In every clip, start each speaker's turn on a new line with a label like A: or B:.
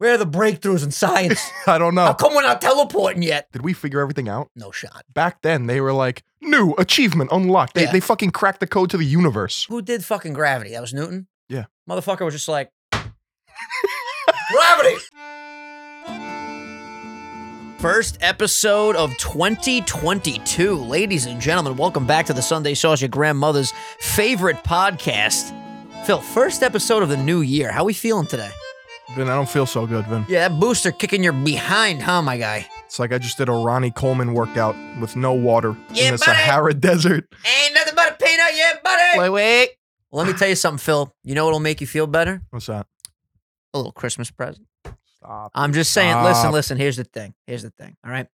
A: Where are the breakthroughs in science?
B: I don't
A: How
B: know.
A: come we're not teleporting yet?
B: Did we figure everything out?
A: No shot.
B: Back then, they were like, new achievement unlocked. They,
A: Yeah.
B: they fucking cracked the code to the universe.
A: Who did fucking gravity? That was Newton?
B: Yeah.
A: Motherfucker was just like, gravity! First episode of 2022. Ladies and gentlemen, welcome back to the Sunday Sauce, your grandmother's favorite podcast. Phil, first episode of the new year. How we feeling today?
B: Vin, I don't feel so good, Vin.
A: Yeah, that booster kicking your behind, huh, my guy?
B: It's like I just did a Ronnie Coleman workout with no water
A: Yeah,
B: in the
A: buddy.
B: Sahara Desert.
A: Ain't nothing but a peanut yet, buddy!
B: Wait, wait.
A: Let me tell you something, Phil. You know what'll make you feel better?
B: What's that?
A: A little Christmas present.
B: Stop.
A: I'm just saying, listen,
B: Stop.
A: listen, here's the thing. Here's the thing. All right.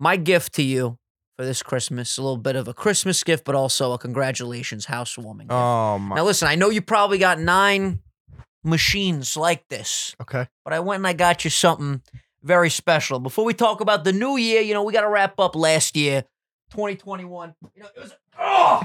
A: My gift to you for this Christmas, a little bit of a Christmas gift, but also a congratulations housewarming. gift.
B: Oh, my.
A: now, listen, I know you probably got nine machines like this,
B: Okay.
A: but I went and I got you something very special. Before we talk about the new year, you know, we got to wrap up last year, 2021. You know, it was, oh,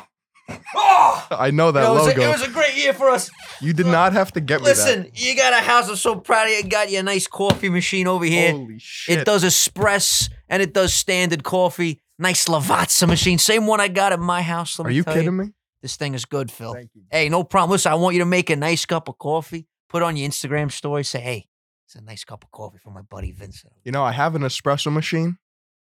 A: oh,
B: I know that
A: you know, it, was
B: logo.
A: a, it was a great year for us.
B: you did not have to get me
A: Listen, you got a house. I'm so proud of you. Got you a nice coffee machine over
B: that.
A: here.
B: Holy shit.
A: it does espresso and it does standard coffee. Nice Lavazza machine. Same one I got at my house. Let
B: Are
A: me
B: you
A: tell
B: kidding me?
A: This thing is good, Phil.
B: Thank you.
A: Hey, no problem. Listen, I want you to make a nice cup of coffee. Put it on your Instagram story. Say, hey, it's a nice cup of coffee for my buddy Vincent.
B: You know, I have an espresso machine,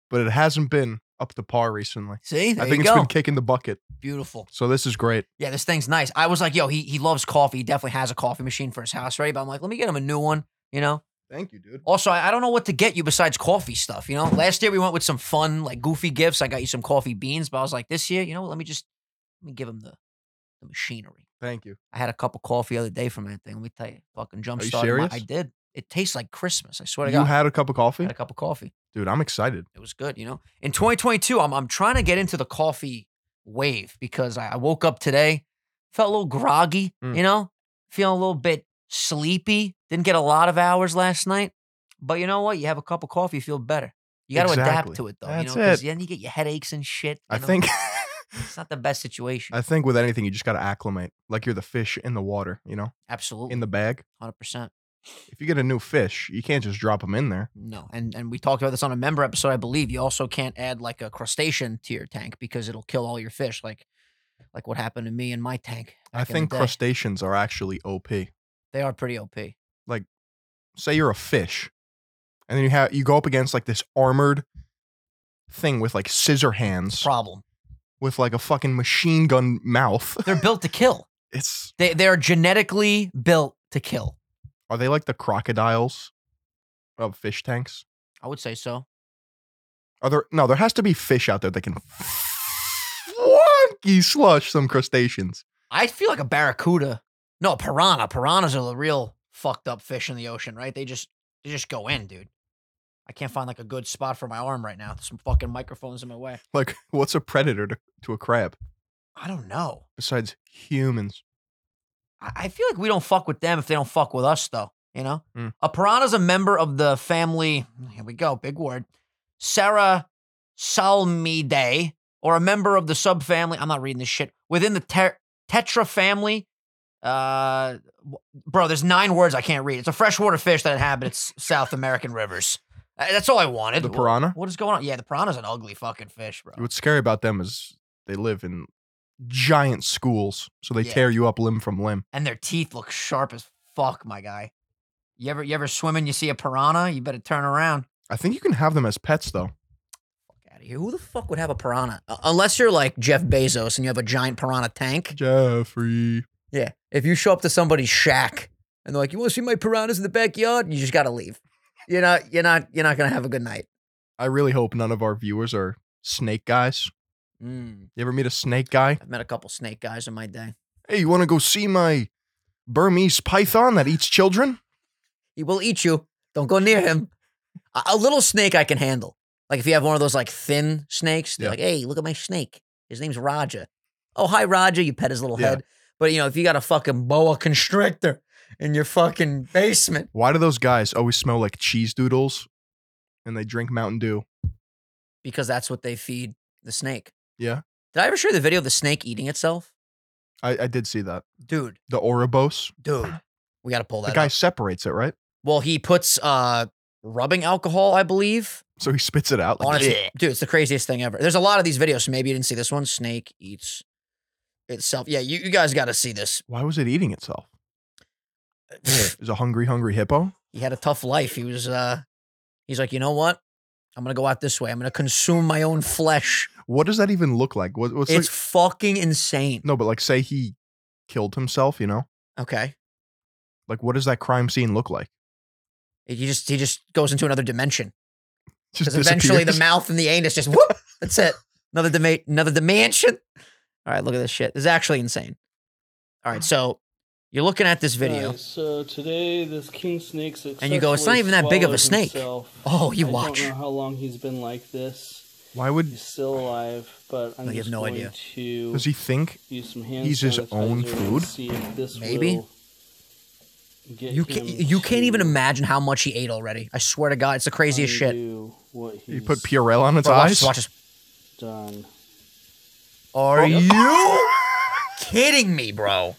B: but it hasn't been up to par recently.
A: See, there
B: I think
A: you
B: it's
A: go.
B: been kicking the bucket.
A: Beautiful.
B: So this is great.
A: Yeah, this thing's nice. I was like, yo, he he loves coffee. He definitely has a coffee machine for his house, right? But I'm like, let me get him a new one. You know,
B: Thank you, dude.
A: Also, I I don't know what to get you besides coffee stuff. You know, last year we went with some fun, like goofy gifts. I got you some coffee beans, but I was like, this year, you know, what, let me just let me give him the the machinery.
B: Thank you.
A: I had a cup of coffee the other day from that thing. Let me tell you, fucking jump
B: Are you
A: started. my-
B: serious?
A: I did. It tastes like Christmas. I swear to
B: You
A: God.
B: had a cup of
A: I
B: coffee?
A: had a cup of coffee.
B: Dude, I'm excited.
A: It was good. You know, in 2022, I'm I'm trying to get into the coffee wave because I, I woke up today, felt a little groggy.
B: Mm.
A: You know, feeling a little bit sleepy. Didn't get a lot of hours last night, but you know what? You have a cup of coffee, you feel better. You got to
B: Exactly.
A: adapt to it though.
B: That's
A: you know, 'cause
B: it.
A: then you get your headaches and shit. you
B: I
A: know?
B: think
A: it's not the best situation.
B: I think with anything you just gotta acclimate. Like you're the fish in the water, you know?
A: Absolutely,
B: In the bag.
A: hundred percent.
B: If you get a new fish, you can't just drop them in there.
A: No, and and we talked about this on a member episode, I believe. You also can't add like a crustacean to your tank because it'll kill all your fish. Like, like what happened to me in my tank.
B: I
A: back in the
B: think
A: day.
B: crustaceans are actually OP.
A: They are pretty OP.
B: Say you're a fish, and then you have you go up against like this armored thing with like scissor hands
A: Problem.
B: with like a fucking machine gun mouth.
A: They're built to kill.
B: It's
A: They they are genetically built to kill.
B: are they like the crocodiles of fish tanks?
A: I would say so.
B: Are there no? There has to be fish out there that can wonky slush some crustaceans.
A: I feel like a barracuda. No, piranha. Piranhas are the real fucked up fish in the ocean, right? They just they just go in, dude. I can't find like a good spot for my arm right now. Some fucking microphones in my way.
B: Like what's a predator to, to a crab
A: I don't know.
B: besides humans?
A: I, I feel like we don't fuck with them if they don't fuck with us, though. You know,
B: Mm.
A: a piranha's a member of the family. Here we go, big word. Sarah Salmidae, or a member of the subfamily. I'm not reading this shit within the ter- tetra family. Uh, w- bro, there's nine words I can't read. It's a freshwater fish that inhabits South American rivers. Uh, That's all I wanted.
B: The piranha.
A: What is going on? Yeah, the piranha's an ugly fucking fish, bro.
B: What's scary about them is they live in giant schools, so they
A: Yeah.
B: tear you up limb from limb.
A: and their teeth look sharp as fuck, my guy. You ever you ever swim and you see a piranha? You better turn around.
B: I think you can have them as pets though.
A: Fuck out of here. Who the fuck would have a piranha? Uh, unless you're like Jeff Bezos and you have a giant piranha tank.
B: Jeffrey.
A: Yeah. If you show up to somebody's shack and they're like, "You want to see my piranhas in the backyard?" You just gotta leave. You're not you're not you're not gonna have a good night.
B: I really hope none of our viewers are snake guys.
A: Mm.
B: You ever meet a snake guy?
A: I've met a couple snake guys in my day.
B: Hey, you want to go see my Burmese python that eats children?
A: He will eat you. Don't go near him. A, a little snake I can handle. Like if you have one of those like thin snakes, they're
B: Yeah.
A: like, hey, look at my snake. His name's Roger. Oh, hi, Roger. You pet his little
B: Yeah.
A: head. But you know, if you got a fucking boa constrictor in your fucking basement,
B: Why do those guys always smell like cheese doodles and they drink Mountain Dew?
A: because that's what they feed the snake.
B: Yeah.
A: Did I ever show you the video of the snake eating itself?
B: I, I did see that.
A: Dude,
B: The Orebos.
A: dude. We gotta pull that
B: The guy
A: up.
B: separates it, right?
A: Well, he puts uh rubbing alcohol, I believe.
B: So he spits it out. Like,
A: Honestly,
C: bleh.
A: dude, it's the craziest thing ever. There's a lot of these videos, so maybe you didn't see this one. Snake eats itself. Yeah, you, you guys got to see this.
B: why was it eating itself?
A: Mm.
B: Is a hungry, hungry hippo?
A: he had a tough life. He was uh he's like, you know what? I'm gonna go out this way. I'm gonna consume my own flesh.
B: What does that even look like? What, what's
A: It's,
B: like,
A: fucking insane.
B: no, but like, say he killed himself. You know,
A: Okay.
B: like what does that crime scene look like?
A: He just he just goes into another dimension.
B: Just
A: Because eventually the
B: disappears?
A: mouth and the anus just whoop. That's it. Another dema- another dimension. All right, look at this shit. This is actually insane. All right, so you're looking at this video.
D: Alright, so today this king snake
A: And you go, "It's not
D: successfully
A: even that big of a
D: swallowed
A: snake."
D: himself.
A: Oh, you
D: I
A: watch.
D: don't know how long he's been like this.
B: Why would
D: He's still alive, but I'm
A: No, you have
D: just
A: no
D: going
A: idea.
D: to
B: does he think?
D: use some hand
B: he's his own
D: sanitizer and
B: food?
D: See if this
A: Maybe.
D: will get
A: You can
D: him
A: you can't even
D: to
A: imagine how much he ate already. I swear to God, it's the craziest shit.
D: undo What he's
B: He put Purell on its
A: Bro, watch
B: eyes.
A: this, watch this.
D: done.
A: Are you kidding me, bro?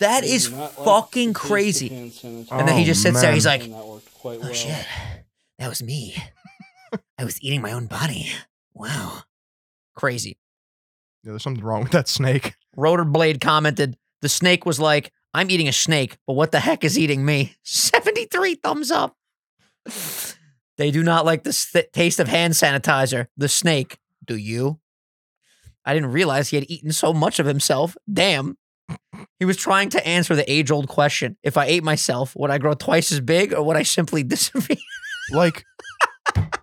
A: That
D: He
A: is
D: did not like
A: fucking
D: the taste of
A: crazy.
D: hand sanitizer.
A: And then he
B: Oh,
A: just sits there. He's
B: man.
A: like,
D: And that worked quite
A: "Oh
D: well.
A: shit, that was me. I was eating my own body. Wow, crazy."
B: Yeah, there's something wrong with that snake.
A: Rotor Blade commented, "The snake was like, I'm eating a snake, but what the heck is eating me?" Seventy-three thumbs up. They do not like the s- taste of hand sanitizer. The snake. Do you? I didn't realize he had eaten so much of himself. Damn. He was trying to answer the age old question if I ate myself, would I grow twice as big or would I simply disappear?
B: Like,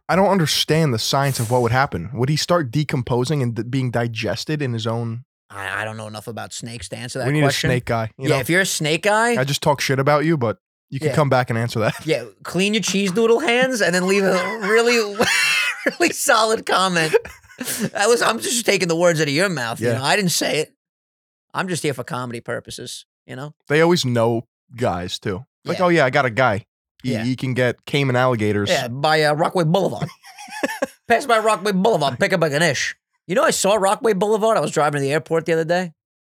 B: I don't understand the science of what would happen. Would he start decomposing and d- being digested in his own?
A: I, I don't know enough about snakes to answer that
B: we need
A: question.
B: a snake guy. You
A: yeah,
B: know,
A: if you're a snake guy,
B: I just talk shit about you, but you can
A: Yeah.
B: come back and answer that.
A: yeah, clean your cheese doodle hands and then leave a really, really solid comment. That was, I'm just taking the words out of your mouth. You
B: Yeah.
A: know, I didn't say it. I'm just here for comedy purposes, you know?
B: They always know guys too. Like,
A: Yeah.
B: oh yeah, I got a guy. He,
A: Yeah.
B: he can get Cayman alligators.
A: Yeah, by uh, Rockaway Boulevard. Pass by Rockaway Boulevard, pick up a Ganesh. You know, I saw Rockaway Boulevard. I was driving to the airport the other day.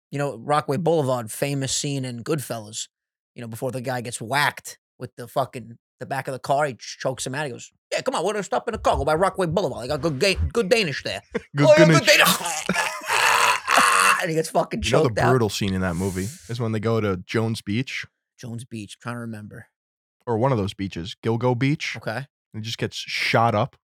A: You know, Rockaway Boulevard, famous scene in Goodfellas. You know, before the guy gets whacked with the fucking the back of the car, he ch- chokes him out. He goes, "Yeah, come on, we're gonna stop in the car. Go by Rockaway Boulevard. They got good, ga- good Danish there.
B: Good
A: oh, yeah,
B: goodness.
A: good Danish." and he gets fucking
B: You know the
A: choked out.
B: brutal scene in that movie is when they go to Jones Beach
A: Jones Beach. I'm trying to remember.
B: or one of those beaches, Gilgo Beach,
A: Okay.
B: and it just gets shot up.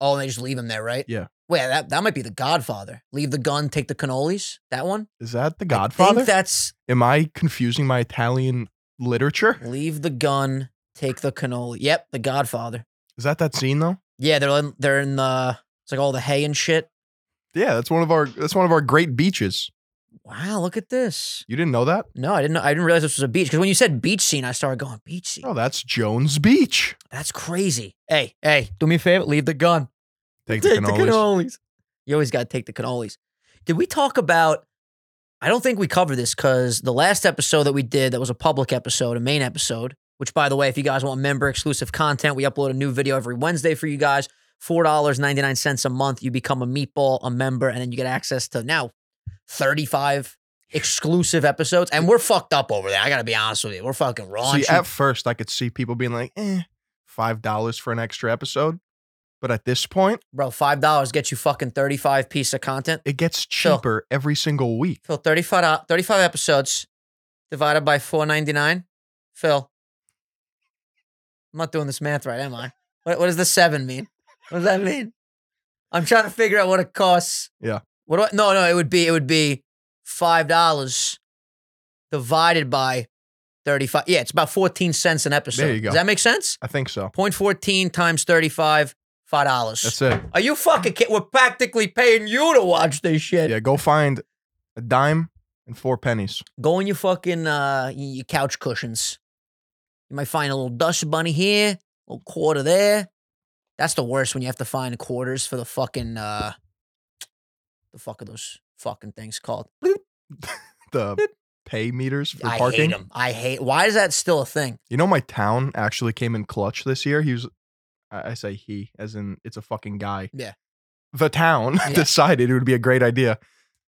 A: Oh, and they just leave him there, right?
B: Yeah.
A: Wait, that, that might be the Godfather. Leave the gun, take the cannolis. That one?
B: Is that the
A: I
B: Godfather?
A: think that's
B: Am I confusing my Italian literature?
A: leave the gun, take the cannoli. Yep, the Godfather.
B: Is that that scene though?
A: Yeah, they're in, they're in the it's like all the hay and shit.
B: Yeah, that's one of our that's one of our great beaches.
A: Wow, look at this.
B: You didn't know that?
A: No, I didn't know, I didn't realize this was a beach because when you said beach scene, I started going beach scene.
B: Oh, that's Jones Beach.
A: That's crazy. Hey, hey, do me a favor, leave the gun.
B: Take, the cannolis.
A: You always got to take the cannolis. Did we talk about? I don't think we covered this because the last episode that we did that was a public episode, a main episode. Which, by the way, if you guys want member exclusive content, we upload a new video every Wednesday for you guys. Four dollars ninety nine cents a month. You become a meatball, a member, and then you get access to now thirty five exclusive episodes. And we're fucked up over there. I gotta be honest with you, we're fucking raunchy.
B: See, at first I could see people being like, eh, five dollars for an extra episode. But at this point,
A: Bro, five dollars gets you fucking thirty five piece of content.
B: it gets
A: Sure.
B: cheaper every single week.
A: Phil, 35, uh, 35 episodes divided by 499. Phil, I'm not doing this math right, am I? What, what does the seven mean? What does that mean? I'm trying to figure out what it costs.
B: Yeah.
A: What do I, no, no, it would be, it would be $5 divided by 35. Yeah, it's about 14 cents an episode.
B: you go.
A: Does that make sense?
B: I think so.
A: 0.14 times 35, $5.
B: That's it.
A: Are you fucking kidding? We're practically paying you to watch this shit.
B: Yeah, go find a dime and four pennies.
A: Go on your fucking uh y- your couch cushions. You might find a little dust bunny here, a little quarter there. That's the worst when you have to find quarters for the fucking uh the fuck are those fucking things called?
B: The pay meters for
A: I
B: parking.
A: hate them. I hate. Why is that still a thing?
B: You know, my town actually came in clutch this year. He was, I I say he, as in it's a fucking guy.
A: Yeah.
B: The town
A: Yeah.
B: decided it would be a great idea.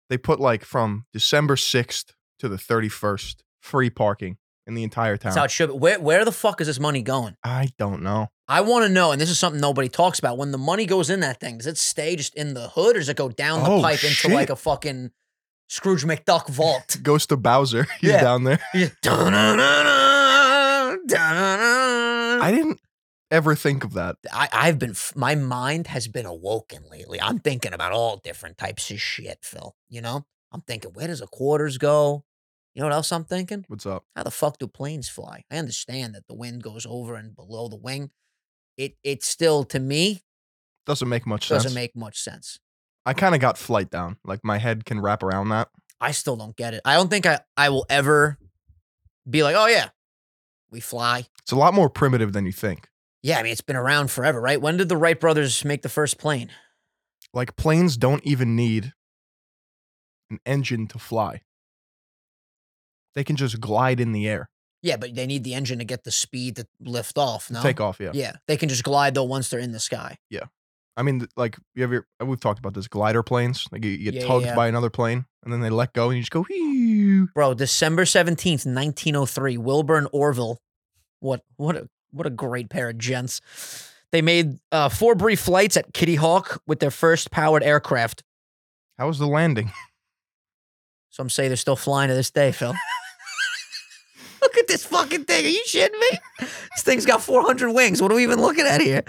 B: They put like from December 6th to the 31st, free parking in the entire town.
A: That's how it should be. Where, where the fuck is this money going?
B: I don't know.
A: I want to know, and this is something nobody talks about. When the money goes in that thing, does it stay just in the hood or does it go down the
B: Oh,
A: pipe
B: shit.
A: into like a fucking Scrooge McDuck vault?
B: Goes to Bowser. He's
A: Yeah.
B: down there.
A: You just- dun-dun-dun-dun, dun-dun-dun.
B: I didn't ever think of that.
A: I, I've been, f- my mind has been awoken lately. I'm thinking about all different types of shit, Phil. You know, I'm thinking, where does the quarters go? You know what else I'm thinking?
B: What's up?
A: How the fuck do planes fly? I understand that the wind goes over and below the wing. It it still to me
B: Doesn't make much
A: doesn't
B: sense.
A: make much sense.
B: I kind of got flight down. Like my head can wrap around that.
A: I still don't get it. I don't think I I will ever be like, oh yeah, we fly.
B: It's a lot more primitive than you think.
A: Yeah, I mean it's been around forever, right? When did the Wright brothers make the first plane?
B: Like planes don't even need an engine to fly. They can just glide in the air.
A: Yeah, but they need the engine to get the speed to lift off. No,
B: Take off, yeah.
A: Yeah. they can just glide though once they're in the sky.
B: I mean, th- like you ever uh, we've talked about this glider planes. Like you, you get
A: Yeah, yeah,
B: tugged
A: yeah.
B: by another plane, and then they let go, and you just go. "Whew."
A: Bro, December seventeenth, nineteen oh three, Wilburn Orville. What what a what a great pair of gents. They made uh, four brief flights at Kitty Hawk with their first powered aircraft.
B: How was the landing?
A: Some say they're still flying to this day, Phil. Look at this fucking thing. Are you shitting me? This thing's got 400 wings. What are we even looking at here?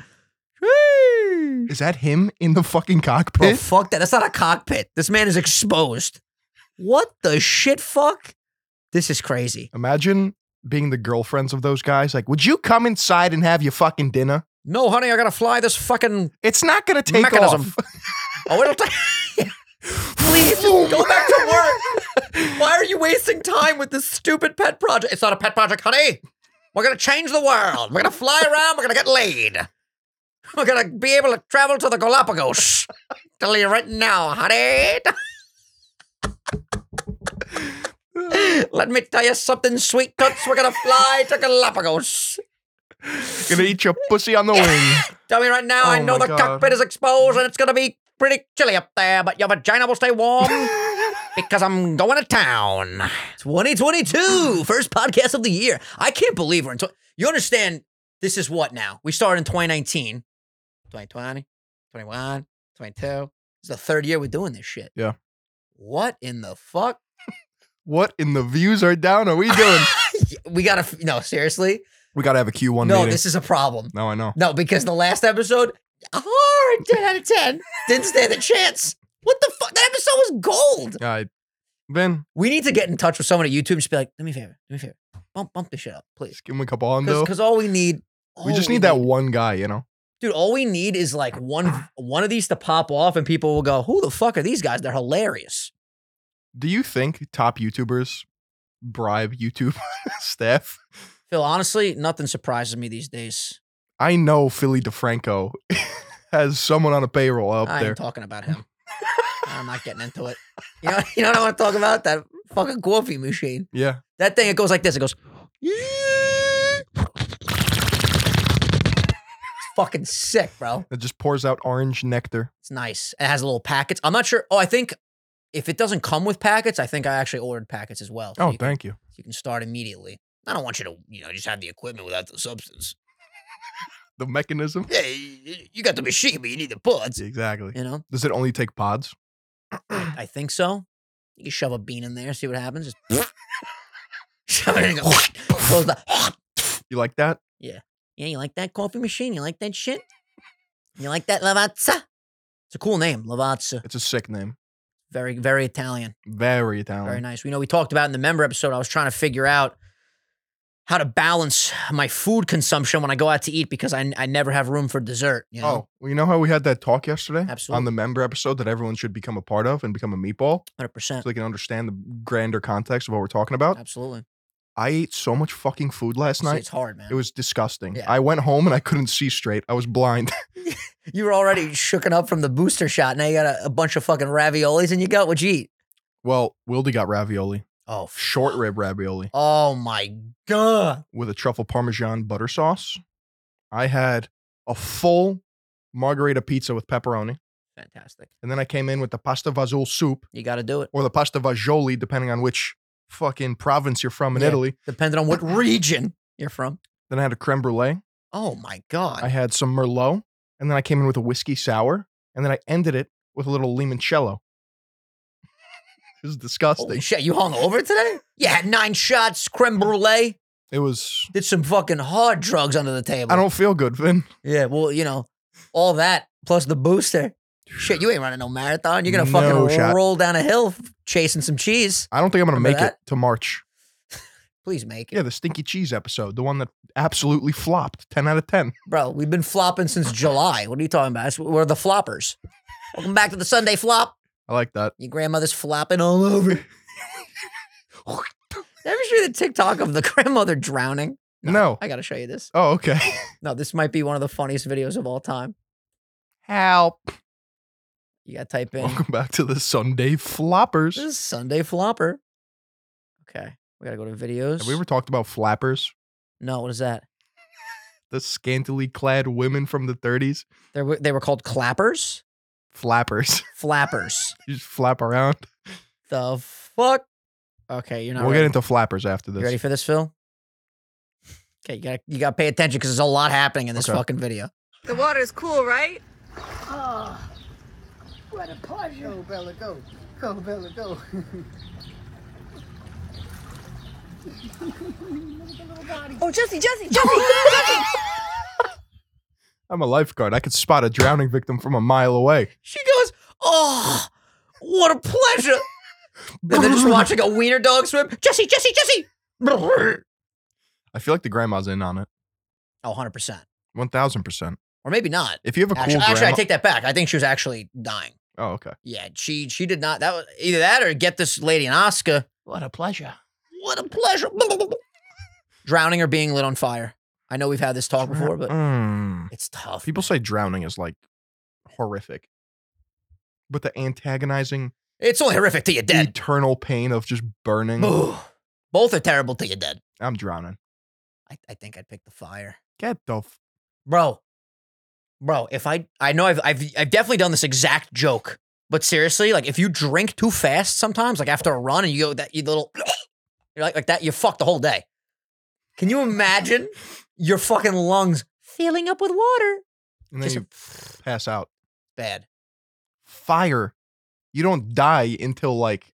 A: Whee!
B: Is that him in the fucking
A: Bro,
B: cockpit?
A: fuck that. That's not a cockpit. This man is exposed. What the shit, fuck? This is crazy.
B: Imagine being the girlfriends of those guys. Like, would you come inside and have your fucking dinner?
A: No, honey, I gotta fly this fucking.
B: It's not gonna take
A: Mechanism.
B: off.
A: Oh, it'll take. Please, just go back to work. Why are you wasting time with this stupid pet project? It's not a pet project, honey. We're gonna change the world. We're gonna fly around. We're gonna get laid. We're gonna be able to travel to the Galapagos. Tell you right now, honey. Let me tell you something, sweet toots. We're gonna fly to Galapagos.
B: Gonna eat your pussy on the wing.
A: Tell me right now,
B: Oh
A: I know
B: my
A: the
B: God.
A: cockpit is exposed and it's gonna be pretty chilly up there, but your vagina will stay warm because I'm going to town. 2022, first podcast of the year. I can't believe we're in. Tw- you understand? This is what now? We started in 2019, 2020, 21, 22. It's the third year we're doing this shit.
B: Yeah.
A: What in the fuck?
B: what in the views are down? Are we doing?
A: We gotta. f- No, seriously.
B: we gotta have a Q one
A: no,
B: meeting.
A: this is a problem.
B: no, I know.
A: No, because the last episode, hard 10 out of 10. Didn't stand a chance. What the fuck? That episode was gold.
B: Yeah, I, Ben,
A: We need to get in touch with someone at YouTube and just be like, do me a favor, do me a favor. Bump, bump this shit up, please.
B: just give him a couple on Um, though.
A: Because all we need.
B: We
A: all
B: just need that
A: need-
B: one guy, you know.
A: Dude, all we need is like one one of these to pop off and people will go, who the fuck are these guys? They're hilarious.
B: Do you think top YouTubers bribe YouTube staff?
A: Phil, honestly, nothing surprises me these days.
B: I know Philly DeFranco has someone on a payroll up
A: I
B: there.
A: ain't talking about him. I'm not getting into it. You know, you know what I want to talk about? That fucking coffee machine.
B: yeah.
A: That thing, it goes like this. It goes. It's fucking sick, bro.
B: It just pours out orange nectar.
A: It's nice. It has little packets. I'm not sure. Oh, I think if it doesn't come with packets, I think I actually ordered packets as well. so
B: Oh,
A: you can,
B: thank you.
A: you can start immediately. I don't want you to, you know, just have the equipment without the substance.
B: The mechanism.
A: Yeah, you you- you got the machine, but you need the pods.
B: Exactly.
A: You know,
B: Does it only take pods?
A: I think so. You can shove a bean in there, see what happens. Just shove it in. and go Close the.
B: You like that?
A: Yeah, you like that coffee machine? You like that shit? You like that Lavazza? It's a cool name, Lavazza.
B: It's a sick name.
A: Very, very Italian.
B: Very Italian.
A: Very nice. We know we talked about in the member episode, I was trying to figure out how to balance my food consumption when I go out to eat because I, I never have room for dessert. You know?
B: Oh, well, you know how we had that talk yesterday on
A: Absolutely.
B: the member episode that everyone should become a part of and become a meatball
A: 100%.
B: so they can understand the grander context of what we're talking about.
A: Absolutely.
B: I ate so much fucking food last
A: See,
B: night.
A: it's hard, man.
B: It was disgusting.
A: Yeah.
B: I went home and I couldn't see straight. I was blind.
A: you were already shooken up from the booster shot. Now you got a, a bunch of fucking raviolis in your gut. What'd you eat?
B: well, Wildy got ravioli,
A: Oh, f-
B: short rib ravioli
A: oh my God.
B: with a truffle parmesan butter sauce. I had a full margarita pizza with pepperoni.
A: Fantastic.
B: And then I came in with the pasta vazul soup
A: You got to do it.
B: or the pasta vajoli, depending on which fucking province you're from in
A: Yeah.
B: Italy.
A: depending on what region you're from.
B: Then I had a creme brulee.
A: Oh my god!
B: I had some merlot, and then I came in with a whiskey sour, and then I ended it with a little limoncello. it was
A: Holy
B: disgusting.
A: shit! You hung over today? You had nine shots, creme brulee,
B: It was.
A: did some fucking hard drugs under the table.
B: I don't feel good, Vin.
A: Yeah, well, you know, all that plus the booster. Shit, you ain't running no marathon. You're gonna
B: No
A: fucking
B: shot.
A: roll down a hill f- chasing some cheese.
B: I don't think I'm gonna
A: Remember
B: make it
A: that?
B: to March.
A: Please make it,
B: Yeah, the stinky cheese episode, the one that absolutely flopped, ten out of ten.
A: bro. We've been flopping since July. What are you talking about? That's- We're the floppers. Welcome back to the Sunday flop.
B: I like that.
A: Your grandmother's flopping all over. Ever see the TikTok of the grandmother drowning?
B: No.
A: I gotta show you this.
B: Oh, okay.
A: No, this might be one of the funniest videos of all time.
B: Help.
A: You gotta type in
B: Welcome back to the Sunday Floppers.
A: this is Sunday flopper. Okay, we gotta go to videos.
B: Have we ever talked about flappers?
A: no, what is that?
B: The scantily clad women from the 30s?
A: They were, they were called clappers,
B: Flappers.
A: flappers.
B: you just flap around.
A: the fuck? Okay, you're not.
B: we'll
A: ready.
B: get into flappers after this.
A: you ready for this, Phil? Okay, you got to you got to pay attention because there's a lot happening in this
B: Okay.
A: fucking video.
E: The water's cool, right?
F: Oh, what a pleasure. Go, Bella, go. Go, Bella, go.
E: Oh, Jesse, Jesse, Jesse!
B: I'm a lifeguard. I could spot a drowning victim from a mile away.
A: She goes, "Oh, what a pleasure!" and they're just watching a wiener dog swim. Jesse, Jesse, Jesse. oh,
B: I feel like the grandma's in on it.
A: 100 percent,
B: 1000%.
A: or maybe not.
B: If you have a
A: Actually,
B: cool
A: actually, I
B: grandma.
A: take that back. I think she was actually dying.
B: oh, okay.
A: Yeah, she she did not. That was either that or get this lady an Oscar.
C: What a pleasure.
A: What a pleasure. Drowning or being lit on fire. I know we've had this talk before, but
B: Mm.
A: it's tough.
B: People say drowning is like horrific. But the antagonizing,
A: It's only horrific till you're dead.
B: eternal pain of just burning.
A: Ugh. Both are terrible till you're dead.
B: I'm drowning.
A: I, I think I'd pick the fire.
B: Get the f-
A: Bro. Bro, if I I know I've I've I've definitely done this exact joke. But seriously, like if you drink too fast sometimes, like after a run and you go that you little you're like like that, you're fucked the whole day. Can you imagine your fucking lungs filling up with water?
B: and then
A: Just
B: you pass out.
A: Bad.
B: Fire. You don't die until like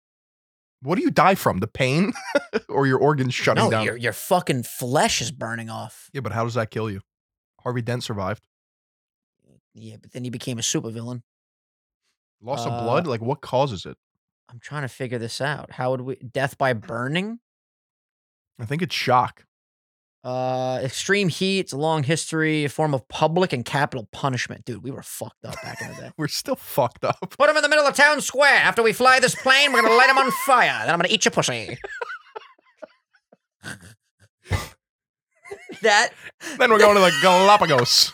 B: what do you die from? The pain or your organs shutting
A: no,
B: down?
A: your your fucking flesh is burning off.
B: Yeah, but how does that kill you? Harvey Dent survived.
A: Yeah, but then he became a supervillain.
B: Loss of
A: Uh,
B: blood? Like what causes it?
A: I'm trying to figure this out. How would we death by burning?
B: I think it's shock.
A: Uh, extreme heat. It's a long history. A form of public and capital punishment. Dude, we were fucked up back in the day.
B: We're still fucked up.
A: Put him in the middle of town square. After we fly this plane, we're gonna light him on fire. Then I'm gonna eat your pussy. that
B: then we're going to the Galapagos.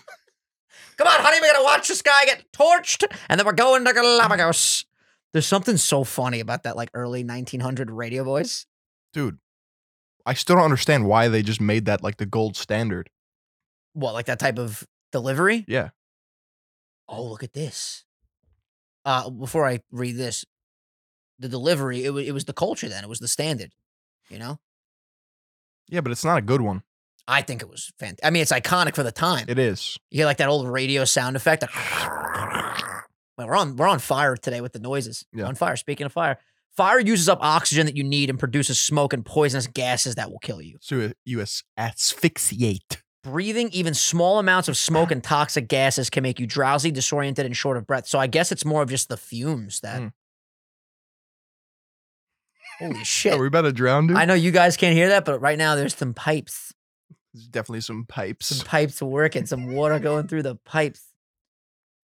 A: come on, honey, we're gonna watch this guy get torched, and then we're going to Galapagos. There's something so funny about that, like early 1900 radio voice.
B: Dude, I still don't understand why they just made that like the gold standard.
A: What, like that type of delivery?
B: Yeah.
A: Oh, look at this. Uh, before I read this, the delivery, it, wa it was the culture then. It was the standard, you know?
B: Yeah, but it's not a good one.
A: I think it was fantastic. I mean, it's iconic for the time.
B: It is.
A: you hear like that old radio sound effect. like, Well, we're on we're on fire today with the noises.
B: Yeah.
A: On fire. Speaking of fire, fire uses up oxygen that you need and produces smoke and poisonous gases that will kill you.
B: So you as- asphyxiate.
A: Breathing even small amounts of smoke and toxic gases can make you drowsy, disoriented, and short of breath. So I guess it's more of just the fumes that.
B: Mm.
A: Holy
B: Yeah,
A: shit!
B: we better drown, dude.
A: I know you guys can't hear that, but right now there's some pipes,
B: There's definitely some pipes.
A: some pipes working, some water going through the pipes.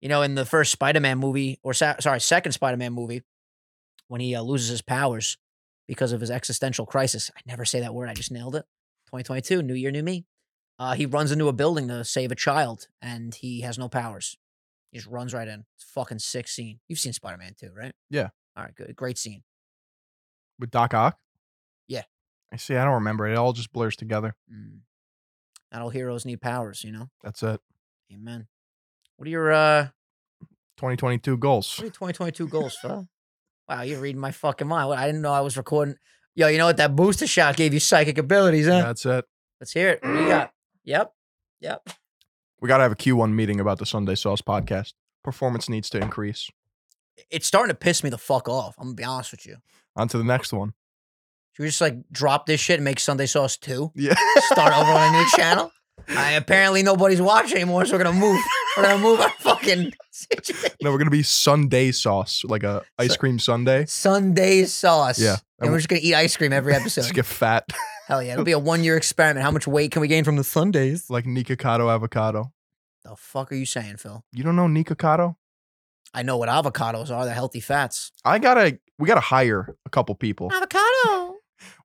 A: You know, in the first Spider-Man movie, or sa- sorry, second Spider-Man movie, when he uh, loses his powers because of his existential crisis. I never say that word. I just nailed it. 2022, new year, new me. Uh, he runs into a building to save a child, and he has no powers. He just runs right in. It's a fucking sick scene. You've seen Spider-Man too, right?
B: Yeah.
A: All right, good, great scene.
B: With Doc Ock?
A: Yeah.
B: I see. I don't remember. It all just blurs together.
A: Mm. Not all heroes need powers, you know.
B: That's it.
A: Amen. What are your uh?
B: 2022 goals.
A: What are your 2022 goals, Phil? Wow, you're reading my fucking mind. What- I didn't know I was recording. Yo, you know what? That booster shot gave you psychic abilities, huh?
B: That's it.
A: Let's hear it. What do you got? Yep. Yep.
B: We got to have a Q1 meeting about the Sunday Sauce podcast. Performance needs to increase.
A: It's starting to piss me the fuck off. I'm gonna be honest with you.
B: On to the next one.
A: Should we just like drop this shit and make Sunday Sauce 2?
B: Yeah.
A: Start over on a new channel? I, apparently nobody's watching anymore, so we're gonna move. We're gonna move our fucking situation.
B: No, we're gonna be Sunday Sauce, like a ice cream Sunday.
A: Sunday sauce.
B: Yeah.
A: And we're just gonna eat ice cream every episode.
B: Just get fat,
A: Hell yeah. It'll be a one year experiment. How much weight can we gain from the Sundays?
B: like Nikocado avocado.
A: The fuck are you saying, Phil?
B: You don't know Nikocado?
A: I know what avocados are, they're healthy fats.
B: I gotta, we gotta hire a couple people.
A: Avocado.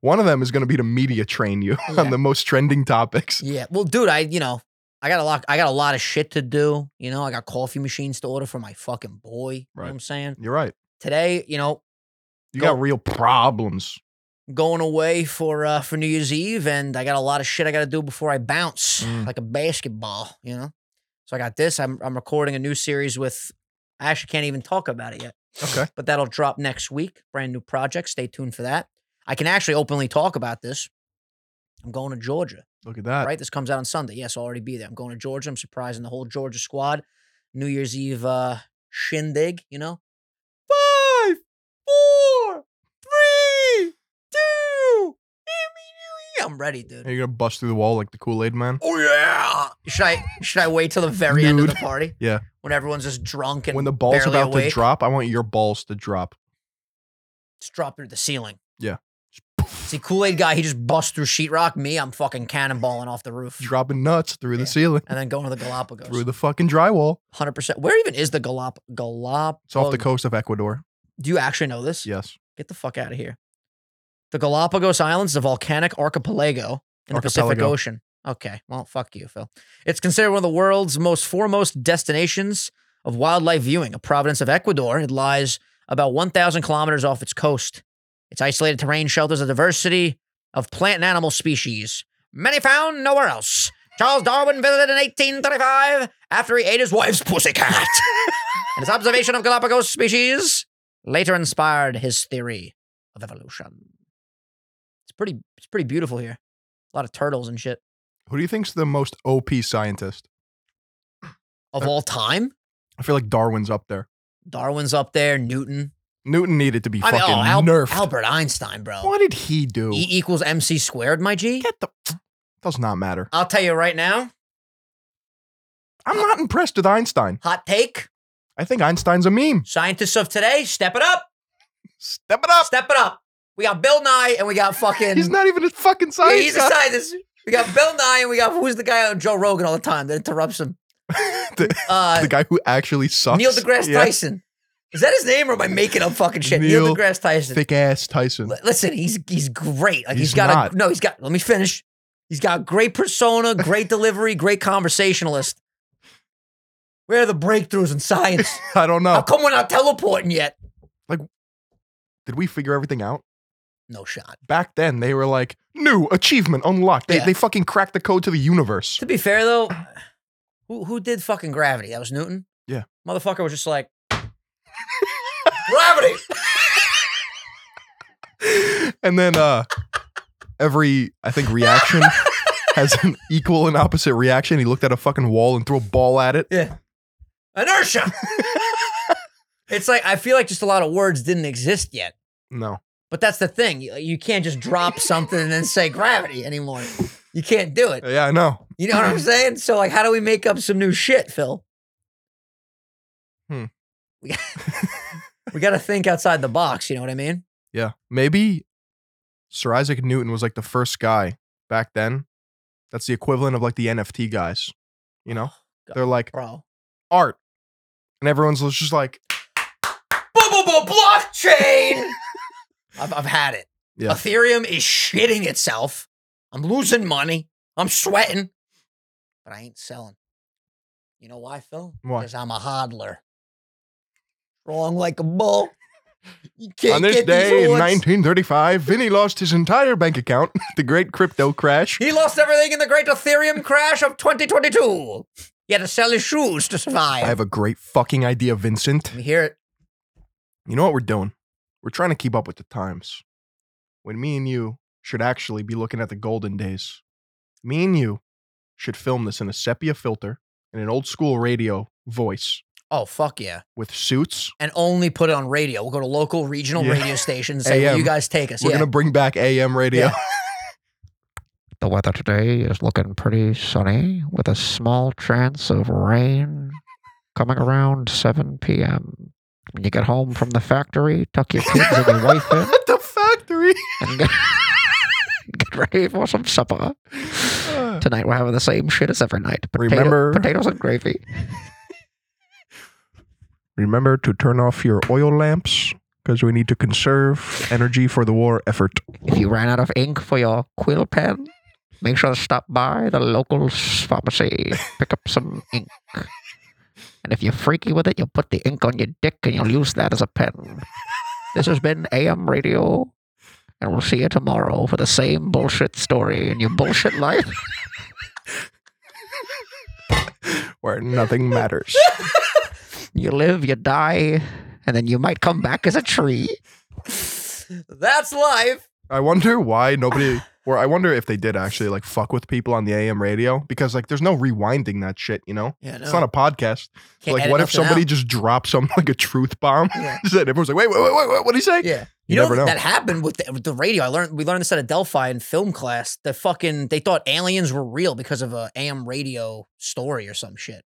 B: One of them is gonna be to media train you
A: Yeah.
B: on the most trending topics.
A: Yeah. Well, dude, I you know, I got a lot I got a lot of shit to do. You know, I got coffee machines to order for my fucking boy. You know what
B: Right.
A: I'm saying?
B: You're right.
A: Today, you know,
B: You
A: Go.
B: got real problems.
A: going away for uh for New Year's Eve and I got a lot of shit I got to do before I bounce
B: Mm.
A: like a basketball, you know. So I got this. I'm I'm recording a new series with I actually can't even talk about it yet.
B: Okay.
A: But that'll drop next week. Brand new project. Stay tuned for that. I can actually openly talk about this. I'm going to Georgia,
B: Look at that.
A: right? This comes out on Sunday. Yes, I'll already be there. I'm going to Georgia. I'm surprising the whole Georgia squad. New Year's Eve uh shindig, you know? Five, four, three, two. I'm ready, dude.
B: You're gonna bust through the wall like the Kool Aid Man.
A: Oh yeah. Should I should I wait till the very end of the
B: Nude.
A: party?
B: Yeah.
A: When everyone's just drunk and
B: When the ball's
A: barely
B: about
A: awake?
B: to drop, I want your balls to drop.
A: just drop through the ceiling.
B: Yeah.
A: See, Kool Aid guy, he just busts through sheetrock. Me, I'm fucking cannonballing off the roof
B: Dropping nuts through
A: Yeah.
B: the ceiling,
A: and then going to the Galapagos.
B: through the fucking drywall.
A: 100%. Where even is the Galap Galap?
B: It's off the coast of Ecuador.
A: Do you actually know this?
B: Yes.
A: Get the fuck out of here. The Galapagos Islands, the volcanic archipelago in the Pacific
B: Archipelago.
A: Ocean. Okay, well, fuck you, Phil. It's considered one of the world's most foremost destinations of wildlife viewing. A province of Ecuador, it lies about 1,000 kilometers off its coast. Its isolated terrain shelters a diversity of plant and animal species, many found nowhere else. Charles Darwin visited in 1835 after he ate his wife's pussycat. and his observation of Galapagos species later inspired his theory of evolution. It's pretty it's pretty beautiful here. A lot of turtles and shit.
B: Who do you think's the most OP scientist?
A: Of
B: They're-
A: all time,
B: I feel like Darwin's up there.
A: Darwin's up there, Newton.
B: Newton needed to be
A: I mean,
B: fucking
A: oh, Al-
B: nerfed.
A: Albert Einstein, bro.
B: What did he do?
A: E equals MC squared, my G.
B: Get the. Does not matter.
A: I'll tell you right now,
B: I'm not impressed with Einstein.
A: hot take.
B: I think Einstein's a meme.
A: Scientists of today, step it up.
B: Step it up.
A: Step it up. We got Bill Nye and we got fucking
B: He's not even a fucking
A: Yeah,
B: scientist.
A: he's a scientist. We got Bill Nye and we got who's the guy on Joe Rogan all the time that interrupts him?
B: the,
A: Uh
B: the guy who actually sucks.
A: Neil deGrasse
B: Yeah.
A: Tyson. Is that his name or am I making up fucking shit? Neil,
B: Neil
A: deGrasse Tyson.
B: Thick ass Tyson.
A: L- Listen, he's he's great. Like he's
B: He's
A: got
B: not.
A: a no, he's got let me finish. He's got great persona, great delivery, great conversationalist. Where are the breakthroughs in science?
B: I don't
A: How
B: know.
A: come we're not teleporting yet?
B: Did we figure everything out?
A: No shot.
B: Back then, they were like, new achievement unlocked. They,
A: Yeah.
B: they fucking cracked the code to the universe.
A: To be fair though, who who did fucking gravity? That was Newton?
B: Yeah.
A: Motherfucker was just like Gravity!
B: And then uh every, I think, reaction has an equal and opposite reaction. He looked at a fucking wall and threw a ball at it.
A: Yeah. Inertia. it's like I feel like just a lot of words didn't exist yet.
B: No.
A: But that's the thing. You, you can't just drop something and then say gravity anymore. You can't do it.
B: Yeah, I know.
A: You know what I'm saying? So like how do we make up some new shit, Phil?
B: Hmm.
A: We, we gotta think outside the box, you know what I mean?
B: Yeah. Maybe Sir Isaac Newton was like the first guy back then. That's the equivalent of like the NFT guys. You know?
A: Oh, God.
B: They're like
A: Bro.
B: art. And everyone's just like,
A: Bubble blockchain. I've I've had it.
B: Yeah.
A: Ethereum is shitting itself. I'm losing money. I'm sweating. But I ain't selling. You know why, Phil?
B: Why?
A: Because I'm a hodler. Strong like a bull. You can't
B: on this
A: get
B: day
A: these
B: in
A: awards.
B: 1935, Vinny lost his entire bank account, the great crypto crash.
A: He lost everything in the great Ethereum crash of 2022. He had to sell his shoes to survive.
B: I have a great fucking idea, Vincent.
A: Let me hear it.
B: You know what we're doing? We're trying to keep up with the times. when me and you should actually be looking at the golden days. Me and you should film this in a sepia filter and an old school radio voice
A: Oh fuck yeah!
B: with suits.
A: And only put it on radio. We'll go to local regional
B: Yeah.
A: radio stations. Say, well,
B: AM.
A: you guys take us.
B: We're
A: yeah.
B: gonna bring back AM radio.
A: Yeah.
G: The weather today is looking pretty sunny with a small chance of rain coming around 7 p.m. When you get home from the factory, tuck your kids and your wife in
B: At the factory.
G: and get, get ready for some supper. Tonight we're having the same shit as every night. Potato-
B: Remember-
G: potatoes and gravy.
B: Remember to turn off your oil lamps because we need to conserve energy for the war effort.
G: If you ran out of ink for your quill pen, make sure to stop by the local s- pharmacy. Pick up some ink. And if you're freaky with it, you'll put the ink on your dick and you'll use that as a pen. This has been AM Radio, and we'll see you tomorrow for the same bullshit story in your bullshit life.
B: Where nothing matters.
G: You live, you die, and then you might come back as a tree.
A: That's life.
B: I wonder why nobody, or I wonder if they did actually like fuck with people on the AM radio because like there's no rewinding that shit, you know?
A: Yeah,
B: It's
A: no.
B: not a podcast.
A: Can't
B: like,
A: edit
B: what if
A: nothing
B: somebody
A: out.
B: just dropped some like a truth bomb?
A: Yeah.
B: and everyone's like, wait, wait, wait, wait, what did he say?
A: Yeah. You,
B: You
A: know,
B: never know.
A: that happened with the, with the radio. I learned we learned this at Adelphi in film class. The fucking they thought aliens were real because of a AM radio story or some shit.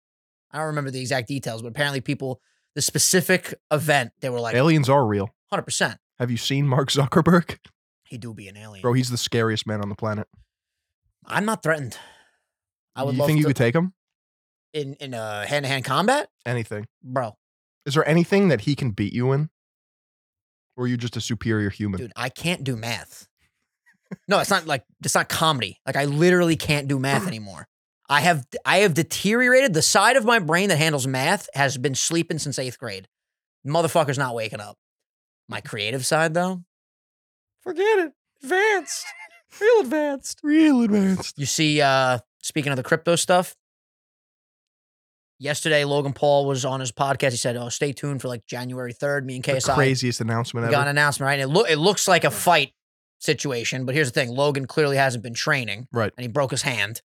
A: I don't remember the exact details, but apparently people the specific event they were like
B: Aliens are real.
A: 100%
B: Have you seen Mark Zuckerberg?
A: he do be an alien.
B: Bro, he's the scariest man on the planet.
A: I'm not threatened. I would
B: you
A: love
B: think
A: to
B: you could take him?
A: in in uh, hand-to-hand combat,
B: Anything.
A: bro.
B: Is there anything that he can beat you in? Or are you just a superior human?
A: Dude, I can't do math. No, it's not like it's not comedy. Like I literally can't do math anymore. I have I have deteriorated. The side of my brain that handles math has been sleeping since eighth grade. Motherfucker's not waking up. My creative side though, forget it. Advanced, real advanced.
B: Real advanced.
A: You see, uh, speaking of the crypto stuff, yesterday Logan Paul was on his podcast. He said, "Oh, stay tuned for like January third. Me and
B: The
A: KSI
B: craziest announcement
A: we
B: ever.
A: got an announcement, right? And it, loo- it looks like a fight situation, but here's the thing Logan clearly hasn't been training,
B: Right.
A: and he broke his hand.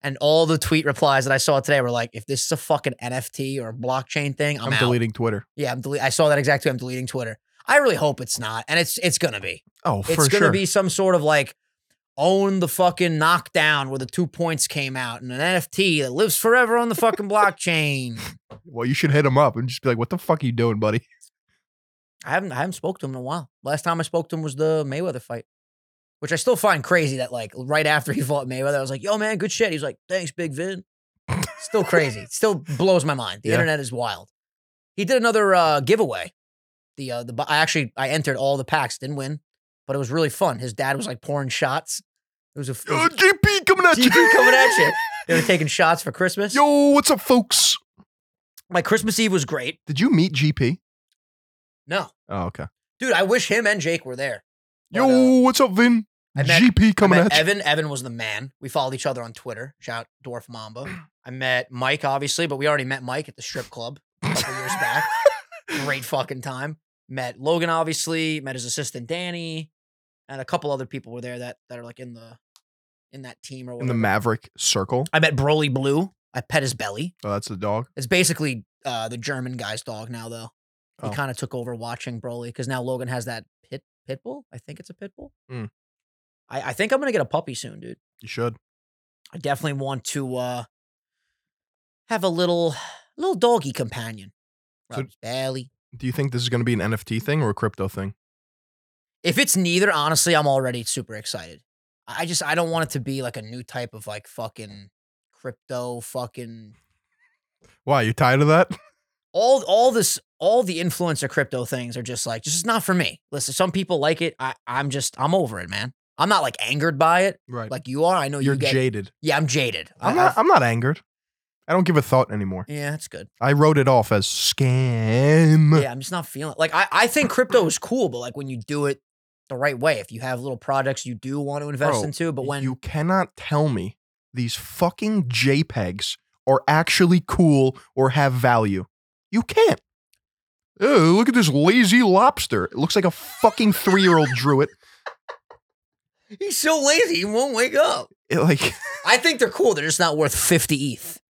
A: And all the tweet replies that I saw today were like, if this is a fucking NFT or blockchain thing, I'm,
B: I'm
A: out.
B: deleting Twitter.
A: Yeah, I'm dele- I saw that exactly. I'm deleting Twitter. I really hope it's not. And it's it's gonna be.
B: Oh,
A: It's
B: for
A: gonna
B: sure.
A: be some sort of like own the fucking knockdown where the two points came out and an NFT that lives forever on the fucking blockchain.
B: well, you should hit him up and just be like, what the fuck are you doing, buddy?
A: I haven't I haven't spoke to him in a while. Last time I spoke to him was the Mayweather fight, which I still find crazy that like right after he fought Mayweather, I was like, "Yo, man, good shit." He's like, "Thanks, Big Vin." still crazy. It Still blows my mind. The
B: Yeah.
A: internet is wild. He did another uh, giveaway. The uh, the bu- I actually I entered all the packs, didn't win, but it was really fun. His dad was like pouring shots. It was a it
B: Oh,
A: was
B: JP coming at you.
A: GP coming at you. They were taking shots for Christmas.
B: Yo, what's up, folks?
A: My Christmas Eve was great.
B: Did you meet GP?
A: No,
B: Oh, okay.
A: dude, I wish him and Jake were there. But, uh,
B: Yo, what's up, Vin?
A: I met-
B: GP coming
A: I met
B: at you.
A: Evan. Evan was the man. We followed each other on Twitter. Shout Dwarf Mamba. I met Mike, obviously, but we already met Mike at the strip club a couple years back. Great fucking time. Met Logan, obviously. Met his assistant Danny, and a couple other people were there that that are like in the in that team or
B: In
A: whatever.
B: the Maverick circle.
A: I met Broly Blue. I pet his belly.
B: Oh, that's the dog.
A: It's basically uh, the German guy's dog now, though. He
B: Oh.
A: kind of took over watching Broly because now Logan has that pit pit bull. I think it's a pit bull.
B: Mm.
A: I, I think I'm gonna get a puppy soon, dude.
B: You should.
A: I definitely want to uh have a little little doggy companion.
B: So-
A: Rub his belly.
B: Do you think this is going to be an NFT thing or a crypto thing?
A: If it's neither, honestly, I'm already super excited. I I just I don't want it to be like a new type of like fucking crypto fucking
B: Why? You tired of that?
A: all all this all the influencer crypto things are just like just not for me. Listen, some people like it. I I'm just I'm over it, man. I'm not like angered by it
B: Right.
A: like you are. I know
B: You're
A: you get
B: jaded.
A: Yeah, I'm jaded. I-
B: I'm not.
A: I've-
B: I'm not angered. I don't give a thought anymore.
A: yeah, that's good.
B: I wrote it off as scam.
A: Yeah, I'm just not feeling like I, I think crypto is cool, but like when you do it the right way, if you have little products you do want to invest
B: Bro,
A: into, but when
B: you cannot tell me these fucking JPEGs are actually cool or have value. You can't. Oh, look at this lazy lobster. It looks like a fucking three year old drew it.
A: He's so lazy, he won't wake up.
B: It like
A: I think they're cool. They're just not worth 50 ETH,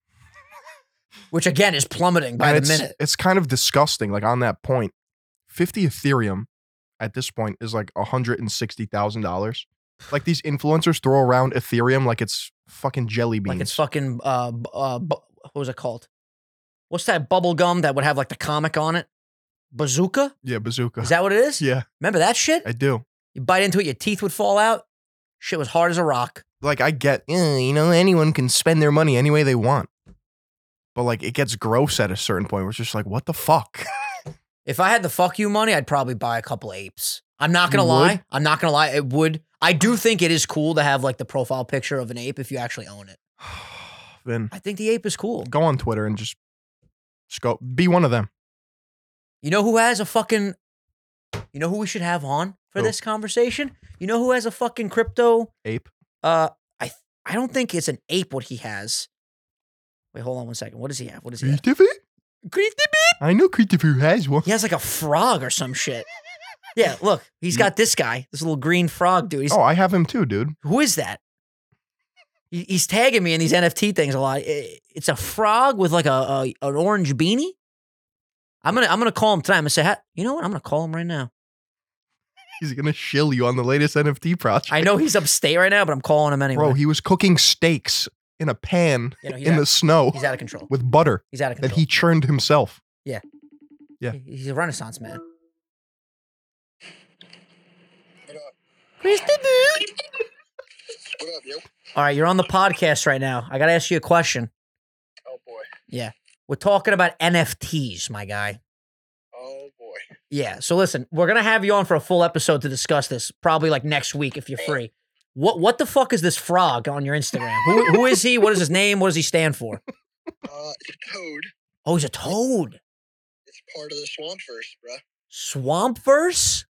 A: which again is plummeting by
B: and
A: the
B: it's,
A: minute.
B: It's kind of disgusting. Like on that point, fifty Ethereum at this point is like hundred and sixty thousand dollars. Like these influencers throw around Ethereum like it's fucking jelly beans.
A: Like it's fucking, uh, bu- uh, bu- what was it called? What's that bubble gum that would have like the comic on it? Bazooka?
B: yeah, bazooka.
A: Is that what it is?
B: yeah,
A: Remember that shit?
B: I do.
A: You bite into it, your teeth would fall out. Shit was hard as a rock.
B: Like I get, eh, you know, anyone can spend their money any way they want, but like it gets gross at a certain point. Where it's just like, what the fuck?
A: If I had the fuck you money, I'd probably buy a couple apes. I'm not gonna
B: You
A: lie.
B: would?
A: I'm not gonna lie. It would. I do think it is cool to have like the profile picture of an ape if you actually own it.
B: Then
A: I think the ape is cool.
B: go on Twitter and just, just go be one of them.
A: You know who has a fucking. You know who we should have on for
B: Who?
A: this conversation? You know who has a fucking crypto?
B: Ape.
A: Uh, I th- I don't think it's an ape. What he has. Wait, hold on one second. What does he have? What does
B: Hmm?
A: he have?
B: I know Christopher has one.
A: He has like a frog or some shit. Yeah, look, he's
B: Hmm?
A: got this guy, this little green frog dude. He's
B: Oh, I have him too, dude.
A: Who is that? He- He's tagging me in these NFT things a lot. I- It's a frog with like a, a an orange beanie. I'm gonna I'm gonna call him tonight. I'm gonna say, "Ha- you know what? I'm gonna call him right now.
B: He's gonna shill you on the latest NFT project.
A: I know he's upstate right now, but I'm calling him anyway.
B: Bro, he was cooking steaks in a pan
A: You know, he's,
B: in
A: out,
B: the snow
A: he's out of control.
B: with butter
A: He's out of
B: that
A: control.
B: he churned himself. yeah.
A: He- He's a Renaissance man.
H: What up, yo?
A: All right, you're on the podcast right now. I gotta ask you a question.
H: Oh boy.
A: We're talking about NFTs, my guy.
H: Oh boy.
A: Yeah. So listen, we're gonna have you on for a full episode to discuss this, probably like next week if you're free. What what the fuck is this frog on your Instagram? Who, who is he? What is his name? What does he stand for?
H: Uh, it's a toad.
A: Oh, he's a toad.
H: It's part of the Swampverse, bruh.
A: Swamp verse.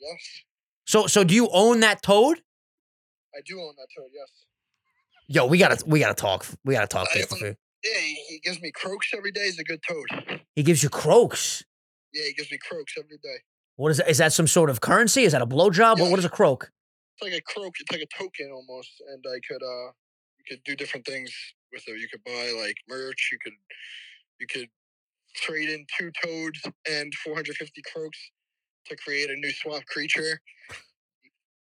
H: Yes,
A: So so do you own that toad?
H: I do own that toad. Yes.
A: Yo, we gotta we gotta talk. We gotta talk.
H: I-
A: Christopher.
H: Yeah, he, he gives me croaks every day. He's a good toad.
A: He gives you croaks.
H: Yeah, he gives me croaks every day.
A: What is that? Is that some sort of currency? Is that a blowjob? What, what is a croak?
H: It's like a croak. It's like a token almost, and I could uh, you could do different things with it. You could buy like merch. You could, you could trade in two toads and 450 croaks to create a new swamp creature.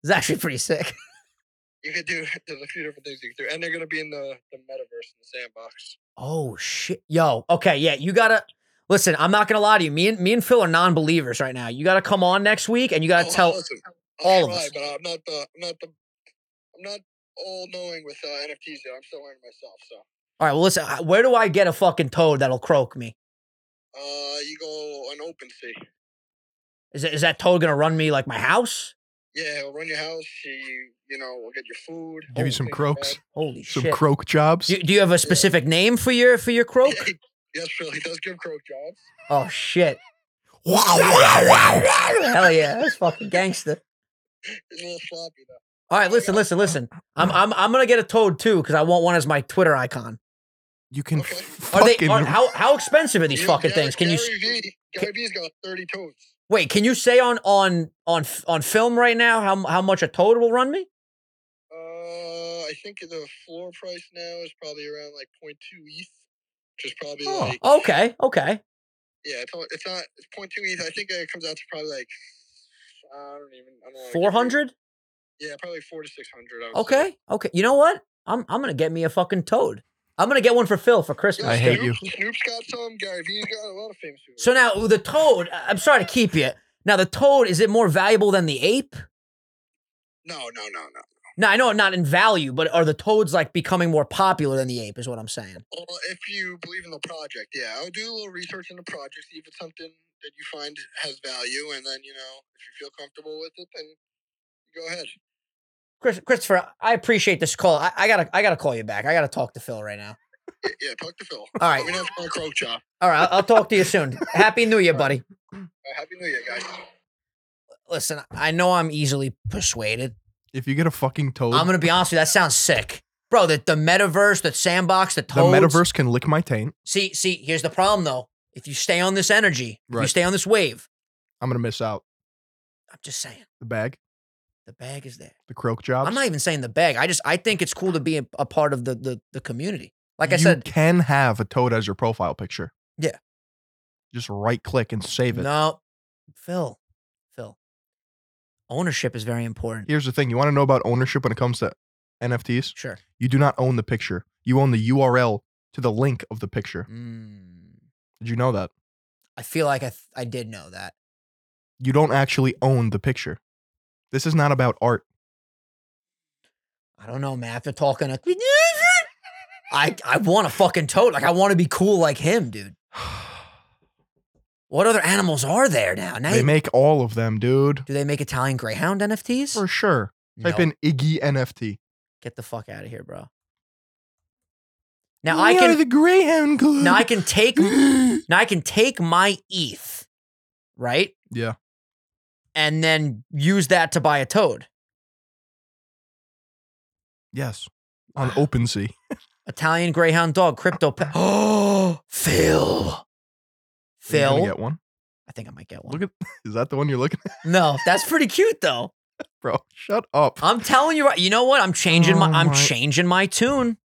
A: It's actually pretty sick.
H: You could do there's a few different things you could do, and they're gonna be in the the metaverse in the sandbox.
A: Oh shit. Yo, okay, yeah, you gotta listen, I'm not gonna lie to you. Me and me and Phil are non-believers right now. You gotta come on next week and you gotta
H: I'll-
A: tell
H: listen,
A: all of
H: try,
A: us.
H: But I'm not the I'm not the I'm not all knowing with uh, NFTs yet. I'm still learning myself. So
A: All right, well, listen, I- where do I get a fucking toad that'll croak me?
H: uh, you go on OpenSea.
A: Is, that- is that toad gonna run me like my house?
H: Yeah, he'll run your house. He you know will get your food.
B: Give you some
H: things like
B: croaks,
H: that.
A: Holy
B: some
A: shit!
B: croak jobs.
A: do, do you have a specific name for your for your croak?
H: Yeah, he- yes, Phil. He does give croak jobs.
A: Oh shit!
B: Wow, wow, wow, wow.
A: Hell yeah, that's fucking gangster.
H: He's a little sloppy though.
A: All right, listen, listen, listen. I'm I'm I'm gonna get a toad too because I want one as my Twitter icon.
B: You can
H: Okay.
A: Are they
B: fucking
A: are, how how expensive are these
H: You know,
A: fucking
H: Gary-
A: things? Can you s-
H: Gary V, Gary V's got 30 toads.
A: wait? Can you say on on on f- on film right now how how much a toad will run me?
H: Uh, I think the floor price now is probably around like 0.2 ETH, which is probably
A: Oh,
H: like
A: okay, okay.
H: Yeah, it's, all, it's not it's point two ETH. I think it comes out to probably like I don't even I don't wanna give you-
A: Four hundred.
H: Yeah, probably four to six hundred.
A: Okay, okay. You know what? I'm I'm gonna get me a fucking toad. I'm gonna get one for Phil for Christmas.
B: I hate you.
H: Snoop's got some. Gary Vee's got a lot of famous people.
A: So now the toad. I- I'm sorry to keep you. Now the toad is it more valuable than the ape?
H: no, no, no, no.
A: Now I know not in value, but are the toads like becoming more popular than the ape? Is what I'm saying.
H: Well, if you believe in the project, yeah, I'll do a little research in the project, see if it's something that you find has value, and then you know if you feel comfortable with it, then go ahead.
A: Chris, Christopher, I appreciate this call. I, I gotta I gotta call you back. I gotta talk to Phil right now.
H: Yeah, yeah talk to Phil.
A: All
H: Let me
A: right,
H: know if you want a croak job.
A: all right. I'll, I'll talk to you soon. Happy New Year, buddy.
H: Uh, Happy New Year, guys.
A: Listen, I know I'm easily persuaded.
B: If you get a fucking toad,
A: I'm gonna be honest with you. That sounds sick, bro. The the metaverse, the sandbox, the
B: the
A: toads.
B: metaverse can lick my taint.
A: See, see. Here's the problem though. If you stay on this energy, if you
B: Right.
A: stay on this wave.
B: I'm gonna miss out
A: I'm just saying.
B: the bag.
A: The bag is there.
B: The croak jobs.
A: I'm not even saying the bag. I just I think it's cool to be a, a part of the the, the community. Like I
B: You
A: said,
B: can have a toad as your profile picture.
A: Yeah.
B: Just right click and save it.
A: no, Phil, Phil, ownership is very important.
B: Here's the thing: you want to know about ownership when it comes to NFTs.
A: Sure.
B: You do not own the picture. You own the URL to the link of the picture.
A: Mm,
B: Did you know that?
A: I feel like I th- I did know that.
B: You don't actually own the picture. This is not about art.
A: I don't know, man. After talking, to- I I want a fucking toad. Like I want to be cool like him, dude. What other animals are there now? Now
B: They
A: you-
B: make all of them, dude.
A: do they make Italian Greyhound NFTs?
B: For sure. Type
A: No.
B: in Iggy NFT.
A: Get the fuck out of here, bro. Now I can
B: the Greyhound Club.
A: now I can take now I can take my ETH, right,
B: yeah.
A: and then use that to buy a toad,
B: Yes. On
A: Ah.
B: OpenSea.
A: Italian Greyhound dog, crypto pet. Oh, Phil,
B: Are you gonna
A: Phil.
B: get one.
A: I think I might get one.
B: Look at. Is that the one you're looking at,
A: No, that's pretty cute though.
B: bro? Shut up.
A: I'm telling you, right. You know what? I'm changing my.
B: Oh
A: I'm
B: my-
A: changing my tune.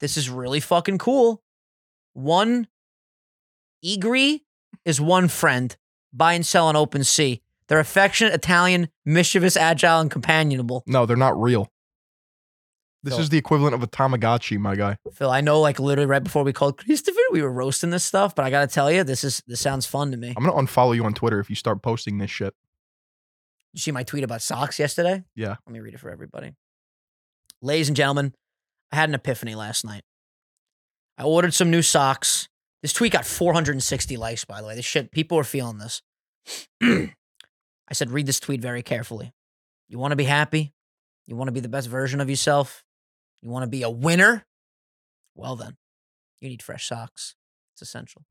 A: This is really fucking cool. One Igri is one friend. Buy and sell on OpenSea. They're affectionate, Italian, mischievous, agile, and companionable.
B: No, they're not real. This
A: So-
B: is the equivalent of a Tamagotchi, my guy.
A: Phil, I know, like literally right before we called Christopher, we were roasting this stuff, but I gotta tell you, this is this sounds fun to me.
B: I'm gonna unfollow you on Twitter if you start posting this shit.
A: You see my tweet about socks yesterday?
B: Yeah.
A: Let me read it for everybody. Ladies and gentlemen, I had an epiphany last night. I ordered some new socks. This tweet got 460 likes, by the way. This shit, people are feeling this. I said, read this tweet very carefully. You want to be happy? You want to be the best version of yourself? You want to be a winner? Well, then, you need fresh socks. It's essential.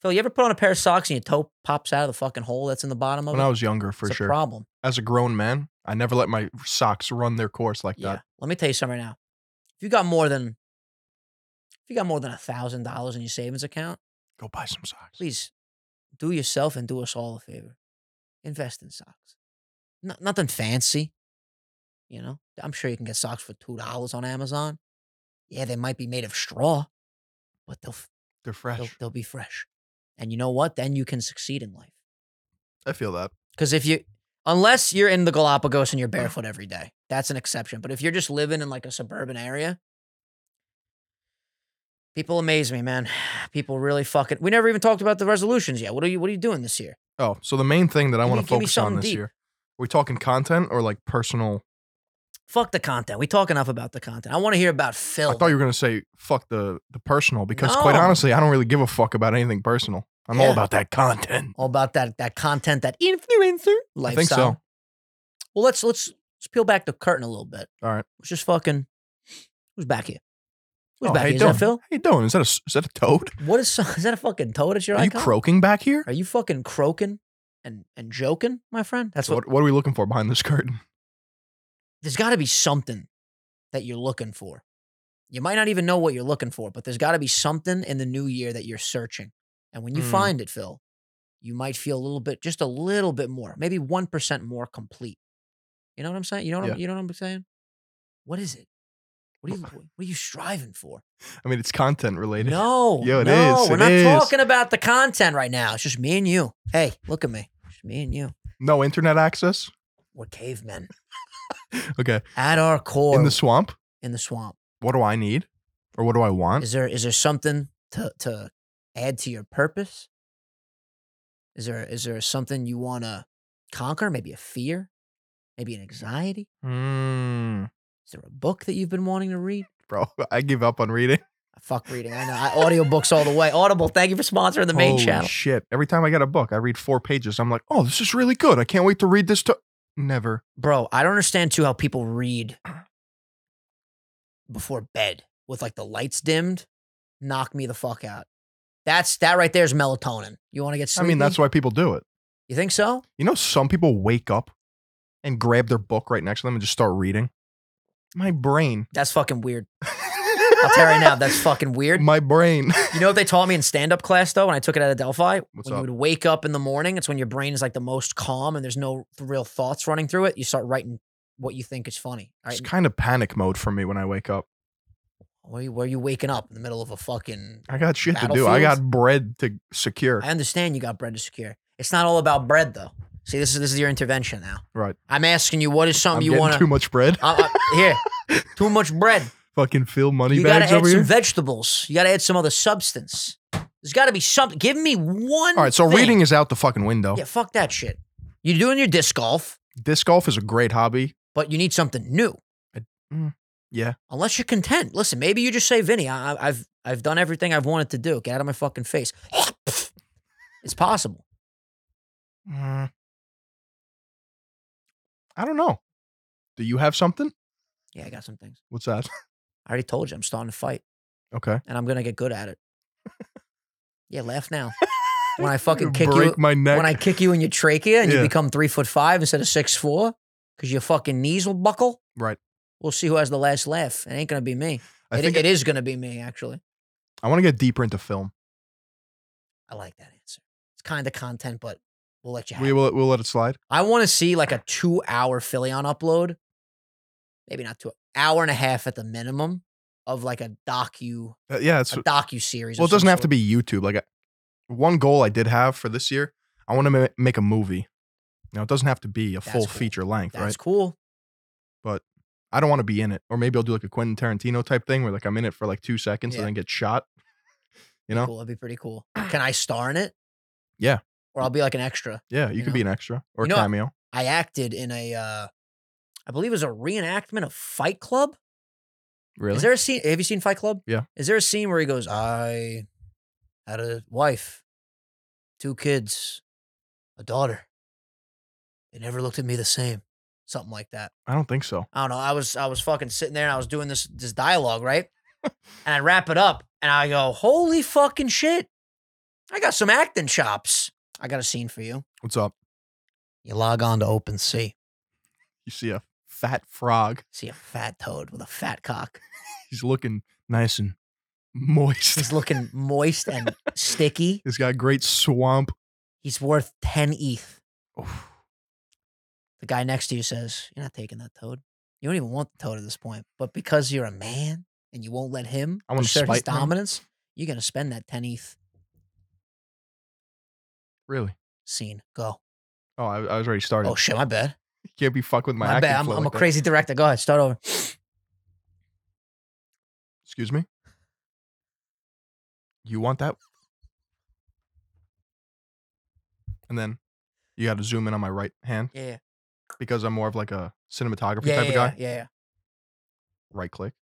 A: Phil, you ever put on a pair of socks and your toe pops out of the fucking hole that's in the bottom of
B: When
A: it?
B: I was younger, for
A: it's
B: sure.
A: a problem.
B: As a grown man, I never let my socks run their course like
A: Yeah.
B: that.
A: Let me tell you something right now. If you got more than if you got more than a thousand dollars in your savings account,
B: Go buy some socks.
A: please do yourself and do us all a favor. Invest in socks. No, nothing fancy. You know, I'm sure you can get socks for two dollars on Amazon. Yeah, they might be made of straw, but they'll, f-
B: They're
A: they'll
B: fresh.
A: they'll be fresh. And you know what? Then you can succeed in life.
B: I feel that.
A: Because if you, unless you're in the Galapagos
B: Mm.
A: and you're barefoot every day, that's an exception. But if you're just living in like a suburban area, people amaze me, man. People really fucking. We never even talked about the resolutions yet. What are you? What are you doing this year?
B: Oh, so the main thing that I
A: Give
B: want
A: me-
B: to
A: give me
B: focus on
A: something
B: this
A: deep.
B: year. Are we talking content or like personal?
A: Fuck the content. We talk enough about the content. I want to hear about Phil.
B: I thought you were gonna say fuck the the personal because quite
A: No.
B: honestly, I don't really give a fuck about anything personal. I'm all
A: Yeah.
B: about that content.
A: all about that that content, that influencer lifestyle.
B: I think so.
A: Well, let's let's let's peel back the curtain a little bit.
B: All right.
A: Let's just fucking. Who's back here? Who's
B: Oh,
A: back
B: how
A: here?
B: you
A: Is
B: doing?
A: that Phil?
B: How you doing? Is that a s- is that a toad?
A: What is is that a fucking toad at your
B: Are you
A: icon?
B: croaking back here?
A: Are you fucking croaking and and joking, my friend? That's
B: So
A: what,
B: what, what are we looking for behind this curtain?
A: there's got to be something that you're looking for. You might not even know what you're looking for, but there's got to be something in the new year that you're searching. And when you
B: Mm.
A: find it, Phil, you might feel a little bit, just a little bit more, maybe one percent more complete. You know what I'm saying? You know what I'm,
B: Yeah.
A: you know what I'm saying? What is it? What are you what are you striving for?
B: I mean, it's content related.
A: No,
B: Yo, it
A: no,
B: is,
A: we're
B: it
A: not
B: is.
A: talking about the content right now. It's just me and you. Hey, look at me. It's just me and you.
B: No internet access.
A: We're cavemen.
B: Okay,
A: at our core
B: in the swamp.
A: swamp.
B: What do I need, or what do I want?
A: Is there is there something to to add to your purpose? Is there is there something you want to conquer? Maybe a fear, maybe an anxiety.
B: Mm,
A: Is there a book that you've been wanting to read?
B: bro, I give up on reading.
A: Fuck reading. I know. I, audiobooks all the way. Audible. Thank you for sponsoring the main
B: Holy
A: channel.
B: Shit! Every time I get a book, I read four pages. I'm like, oh, this is really good. I can't wait to read this. To never.
A: Bro, I don't understand too how people read before bed with like the lights dimmed. Knock me the fuck out. That's that right there is melatonin. You want to get
B: I
A: sleepy?
B: mean, that's why people do it.
A: you think so.
B: You know, some people wake up and grab their book right next to them and just start reading. My brain.
A: That's fucking weird. I'll tell you right now, that's fucking weird.
B: My brain.
A: You know what they taught me in stand up class though, when I took it out of Delphi?
B: What's
A: when
B: up?
A: you would wake up in the morning, it's when your brain is like the most calm and there's no real thoughts running through it. You start writing what you think is funny. All
B: It's
A: right.
B: kind of panic mode for me when I wake up.
A: Where you, where you waking up in the middle of a fucking.
B: I got shit to do. I got bread to secure.
A: I understand you got bread to secure. It's not all about bread though. See, this is this is your intervention now.
B: Right.
A: I'm asking you, what is
B: I'm
A: something you
B: getting
A: want
B: too much bread.
A: to? Here, too much bread.
B: Fucking Phil money
A: you gotta
B: bags
A: add
B: over
A: some
B: here.
A: vegetables. You gotta add some other substance. There's gotta be something. Give me one.
B: All right, so
A: thing.
B: reading is out the fucking window.
A: Yeah, fuck that shit. You're doing your disc golf,
B: Disc golf is a great hobby.
A: but you need something new.
B: mm, Yeah.
A: Unless you're content. Listen, maybe you just say, Vinny, I, I- I've I've done everything I've wanted to do. Get out of my fucking face. it's possible.
B: Mm. I don't know. Do you have something?
A: Yeah, I got some things.
B: What's that?
A: I already told you I'm starting to fight,
B: Okay.
A: and I'm gonna get good at it. yeah, laugh now. When I fucking kick
B: Break
A: you,
B: my neck.
A: when I kick you in your trachea and
B: Yeah.
A: you become three foot five instead of six four, because your fucking knees will buckle.
B: right.
A: We'll see who has the last laugh. It ain't gonna be me.
B: I
A: It-
B: think
A: it is gonna be me, actually.
B: I want to get deeper into film.
A: I like that answer. It's kind of content, but we'll let you have.
B: We
A: it.
B: will we'll let it slide.
A: I want to see like a two hour Philion upload, maybe not two hour and a half at the minimum of like a docu
B: Uh, yeah, it's
A: a docu series.
B: well, it doesn't have to be YouTube. Like I, one goal I did have for this year, I want to ma- make a movie. Now it doesn't have to be a
A: That's
B: full
A: cool.
B: feature length,
A: That's
B: right?
A: cool.
B: I don't want to be in it. Or maybe I'll do like a Quentin Tarantino type thing where like I'm in it for like two seconds
A: Yeah.
B: and then get shot. You know?
A: Cool. That'd be pretty cool. Can I star in it?
B: Yeah.
A: Or I'll be like an extra.
B: Yeah, you,
A: You
B: could be an extra or
A: You know,
B: a cameo.
A: I acted in a, uh, I believe it was a reenactment of Fight Club.
B: Really?
A: Is there a scene? Have you seen Fight Club?
B: Yeah.
A: Is there a scene where he goes, I had a wife, two kids, a daughter. They never looked at me the same. Something like that.
B: I don't think so.
A: I don't know. I was I was fucking sitting there and I was doing this this dialogue, right? and I wrap it up and I go, Holy fucking shit. I got some acting chops. I got a scene for you.
B: What's up?
A: You log on to OpenSea,
B: You see a fat frog.
A: see a fat toad with a fat cock.
B: He's looking nice and moist.
A: He's looking moist and sticky.
B: He's got great swamp.
A: He's worth 10 ETH.
B: Oof.
A: The guy next to you says, You're not taking that toad. You don't even want the toad at this point. But because you're a man and you won't let him
B: I wanna
A: assert his
B: spite him.
A: dominance, you're going to spend that 10 ETH
B: Really?
A: scene. Go.
B: Oh, I, I was already started.
A: Oh, shit, my bad.
B: You can't be fucked with my,
A: My,
B: acting
A: bad. I'm,
B: flow
A: I'm
B: like
A: a
B: that.
A: crazy director. Go ahead. Start over.
B: Excuse me? You want that? And then you got to zoom in on my right hand
A: Yeah.
B: because I'm more of like a cinematography
A: Yeah.
B: type
A: Yeah.
B: of
A: Yeah,
B: guy.
A: yeah, yeah.
B: Right click,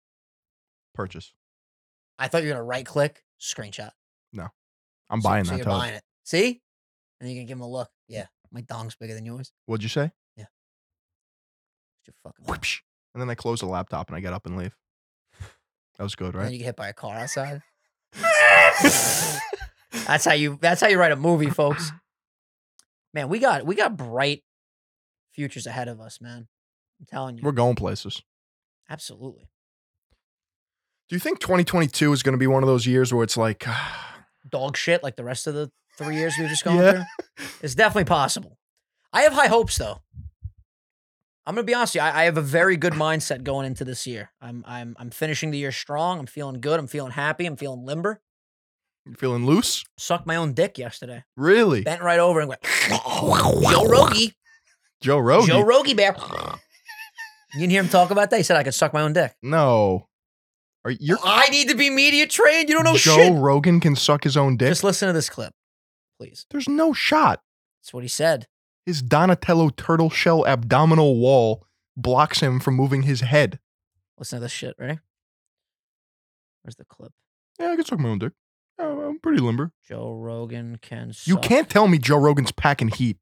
B: purchase.
A: I thought you were going to right click, screenshot.
B: I'm
A: So-
B: buying
A: so
B: that.
A: You're
B: toad.
A: buying it. See? And you can give him a look. Yeah. My dong's bigger than yours.
B: What'd you say?
A: Shut your fucking mouth.
B: Whoopsh. And then I close the laptop and I get up and leave. That was good,
A: And then
B: right?
A: you get hit by a car outside. that's how you that's how you write a movie, folks. Man, we got we got bright futures ahead of us, man. I'm telling you.
B: We're going places.
A: Absolutely.
B: Do you think 2022 is going to be one of those years where it's like,
A: Dog shit like the rest of the three years we've just gone through.
B: Yeah.
A: It's definitely possible. I have high hopes though. I'm gonna be honest with you, I, I have a very good mindset going into this year. I'm I'm I'm finishing the year strong. I'm feeling good. I'm feeling happy. I'm feeling limber.
B: you feeling loose?
A: Sucked my own dick yesterday.
B: Really?
A: Bent right over and went Joe Rogie.
B: Joe Rogan?
A: Joe Rogie Bear. you didn't hear him talk about that? He said I could suck my own dick.
B: no. Are you
A: I need to be media trained. You don't know
B: Joe
A: shit.
B: Rogan can suck his own dick?
A: Just listen to this clip, please.
B: There's no shot.
A: That's what he said.
B: His Donatello turtle shell abdominal wall blocks him from moving his head.
A: Listen to this shit, ready? Where's the clip?
B: Yeah, I can suck my own dick. Oh, I'm pretty limber.
A: Joe Rogan can suck.
B: You can't tell me Joe Rogan's packing heat.